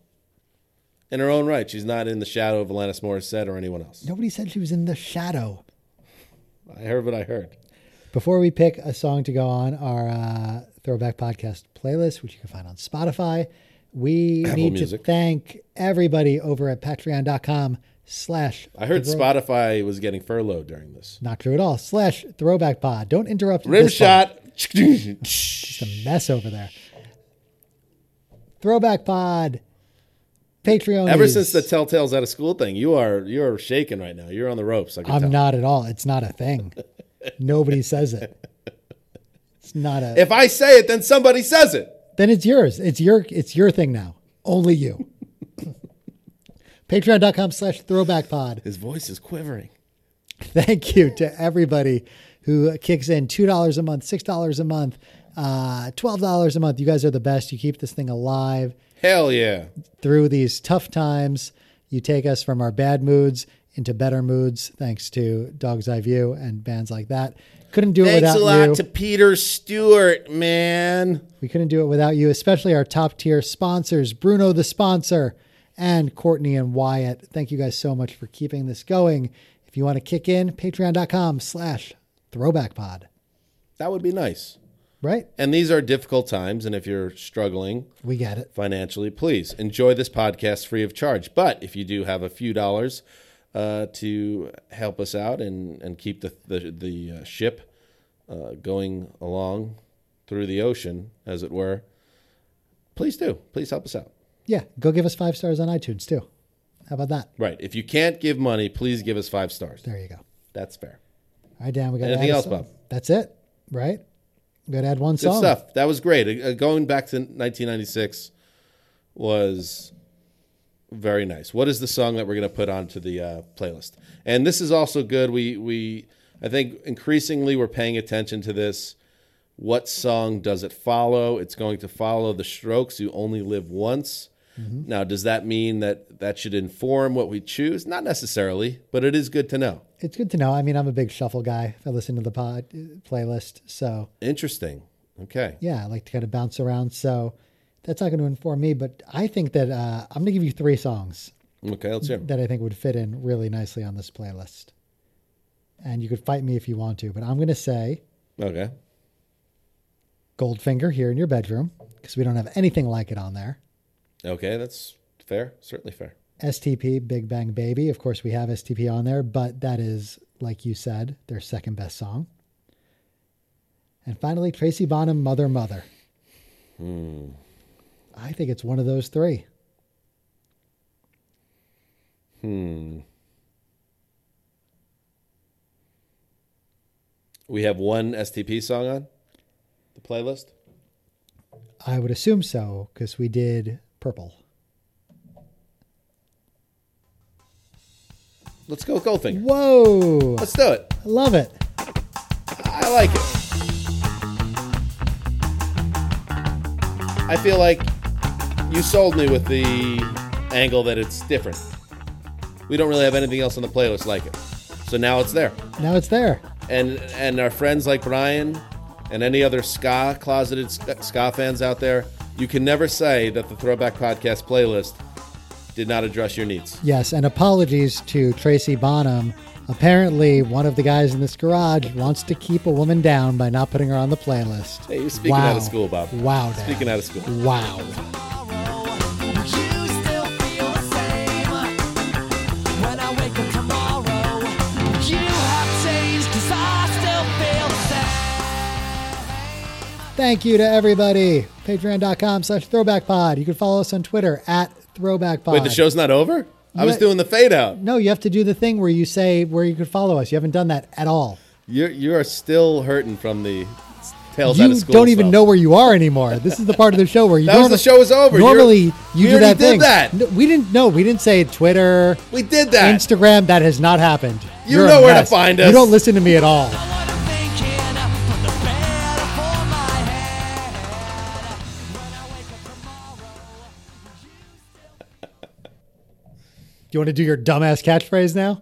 S2: In her own right, she's not in the shadow of Alanis Morissette or anyone else.
S3: Nobody said she was in the shadow.
S2: I heard what I heard.
S3: Before we pick a song to go on our uh, Throwback Podcast playlist, which you can find on Spotify, we need
S2: Music.
S3: to thank everybody over at patreon.com slash
S2: I heard
S3: throw-
S2: Spotify was getting furloughed during this.
S3: not true at all slash throwback pod. Don't interrupt
S2: Rim
S3: this part.
S2: shot.
S3: It's a mess over there. Throwback pod. Patreon.
S2: Ever since the Telltales out of school thing, you are you are shaking right now. You're on the ropes. I can tell.
S3: I'm not at all. It's not a thing. Nobody says it. It's not a
S2: If I say it, then somebody says it.
S3: then it's yours. It's your it's your thing now. Only you. Patreon.com slash throwback pod.
S2: His voice is quivering.
S3: Thank you to everybody who kicks in two dollars a month, six dollars a month, uh, twelve dollars a month. You guys are the best. You keep this thing alive
S2: Hell yeah.
S3: through these tough times. You take us from our bad moods into better moods, thanks to Dog's Eye View and bands like that. Couldn't do it
S2: Thanks
S3: without
S2: a lot
S3: you.
S2: to Peter Stewart, man.
S3: We couldn't do it without you, especially our top tier sponsors, Bruno the sponsor, and Courtney and Wyatt. Thank you guys so much for keeping this going. If you want to kick in, patreon.com slash throwback pod.
S2: That would be nice.
S3: Right?
S2: And these are difficult times. And if you're struggling
S3: We get it.
S2: financially, please enjoy this podcast free of charge. But if you do have a few dollars uh, to help us out and, and keep the, the, the uh, ship uh, going along through the ocean, as it were, please do. Please help us out.
S3: Yeah. Go give us five stars on iTunes too. How about that?
S2: Right. If you can't give money, please give us five stars.
S3: There you go.
S2: That's fair.
S3: All right, Dan, we got
S2: Anything
S3: add a
S2: else,
S3: song.
S2: Bob?
S3: That's it, right? We got to add one
S2: Good
S3: song.
S2: stuff. That was great. Uh, going back to 1996 was very nice. What is the song that we're going to put onto the uh, playlist? And this is also good. We we I think increasingly we're paying attention to this. What song does it follow? It's going to follow the Strokes. You only live once. Now, does that mean that that should inform what we choose? Not necessarily, but it is good to know.
S3: It's good to know. I mean, I'm a big shuffle guy. I listen to the pod uh, playlist, so
S2: Interesting. Okay.
S3: yeah, I like to kind of bounce around. So that's not going to inform me, but I think that uh, I'm going to give you three songs
S2: Okay. Let's hear. 'em.
S3: that I think would fit in really nicely on this playlist. And you could fight me if you want to, but I'm going to say
S2: Okay.
S3: Goldfinger here in your bedroom because we don't have anything like it on there.
S2: Okay. That's fair. Certainly fair.
S3: STP, Big Bang Baby. Of course, we have STP on there, but that is, like you said, their second best song. And finally, Tracy Bonham, Mother, Mother. I think it's one of those three.
S2: We have one STP song on the playlist.
S3: I would assume so because we did Purple.
S2: Let's go Goldfinger.
S3: Whoa!
S2: Let's do it.
S3: I love it.
S2: I like it. I feel like you sold me with the angle that it's different. We don't really have anything else on the playlist like it. So now it's there.
S3: Now it's there.
S2: and and our friends like Brian and any other ska closeted ska ska fans out there, you can never say that the Throwback Podcast playlist did not address your needs.
S3: Yes, and apologies to Tracy Bonham. Apparently, one of the guys in this garage wants to keep a woman down by not putting her on the playlist.
S2: Hey, you're speaking out of school, Bob.
S3: Wow, Dan.
S2: Speaking out of school.
S3: Wow. Thank you to everybody. Patreon.com slash throwback pod. You can follow us on Twitter at throwback pod.
S2: Wait, the show's not over? I was
S3: What?
S2: doing the fade out.
S3: No, you have to do the thing where you say where you could follow us. You haven't done that at all.
S2: You're you are still hurting from the tales out of
S3: you
S2: school.
S3: don't even
S2: stuff.
S3: know where you are anymore. This is the part of the show where you
S2: That was
S3: norma-
S2: the show was over. You're-
S3: Normally, you
S2: we
S3: do
S2: already
S3: that
S2: did
S3: thing.
S2: that.
S3: No, we didn't. No, we didn't say Twitter,
S2: we did that.
S3: Instagram. That has not happened.
S2: You
S3: You're a
S2: know where to
S3: mess.
S2: find
S3: You
S2: us.
S3: don't listen to me at all. You want to do your dumbass catchphrase now?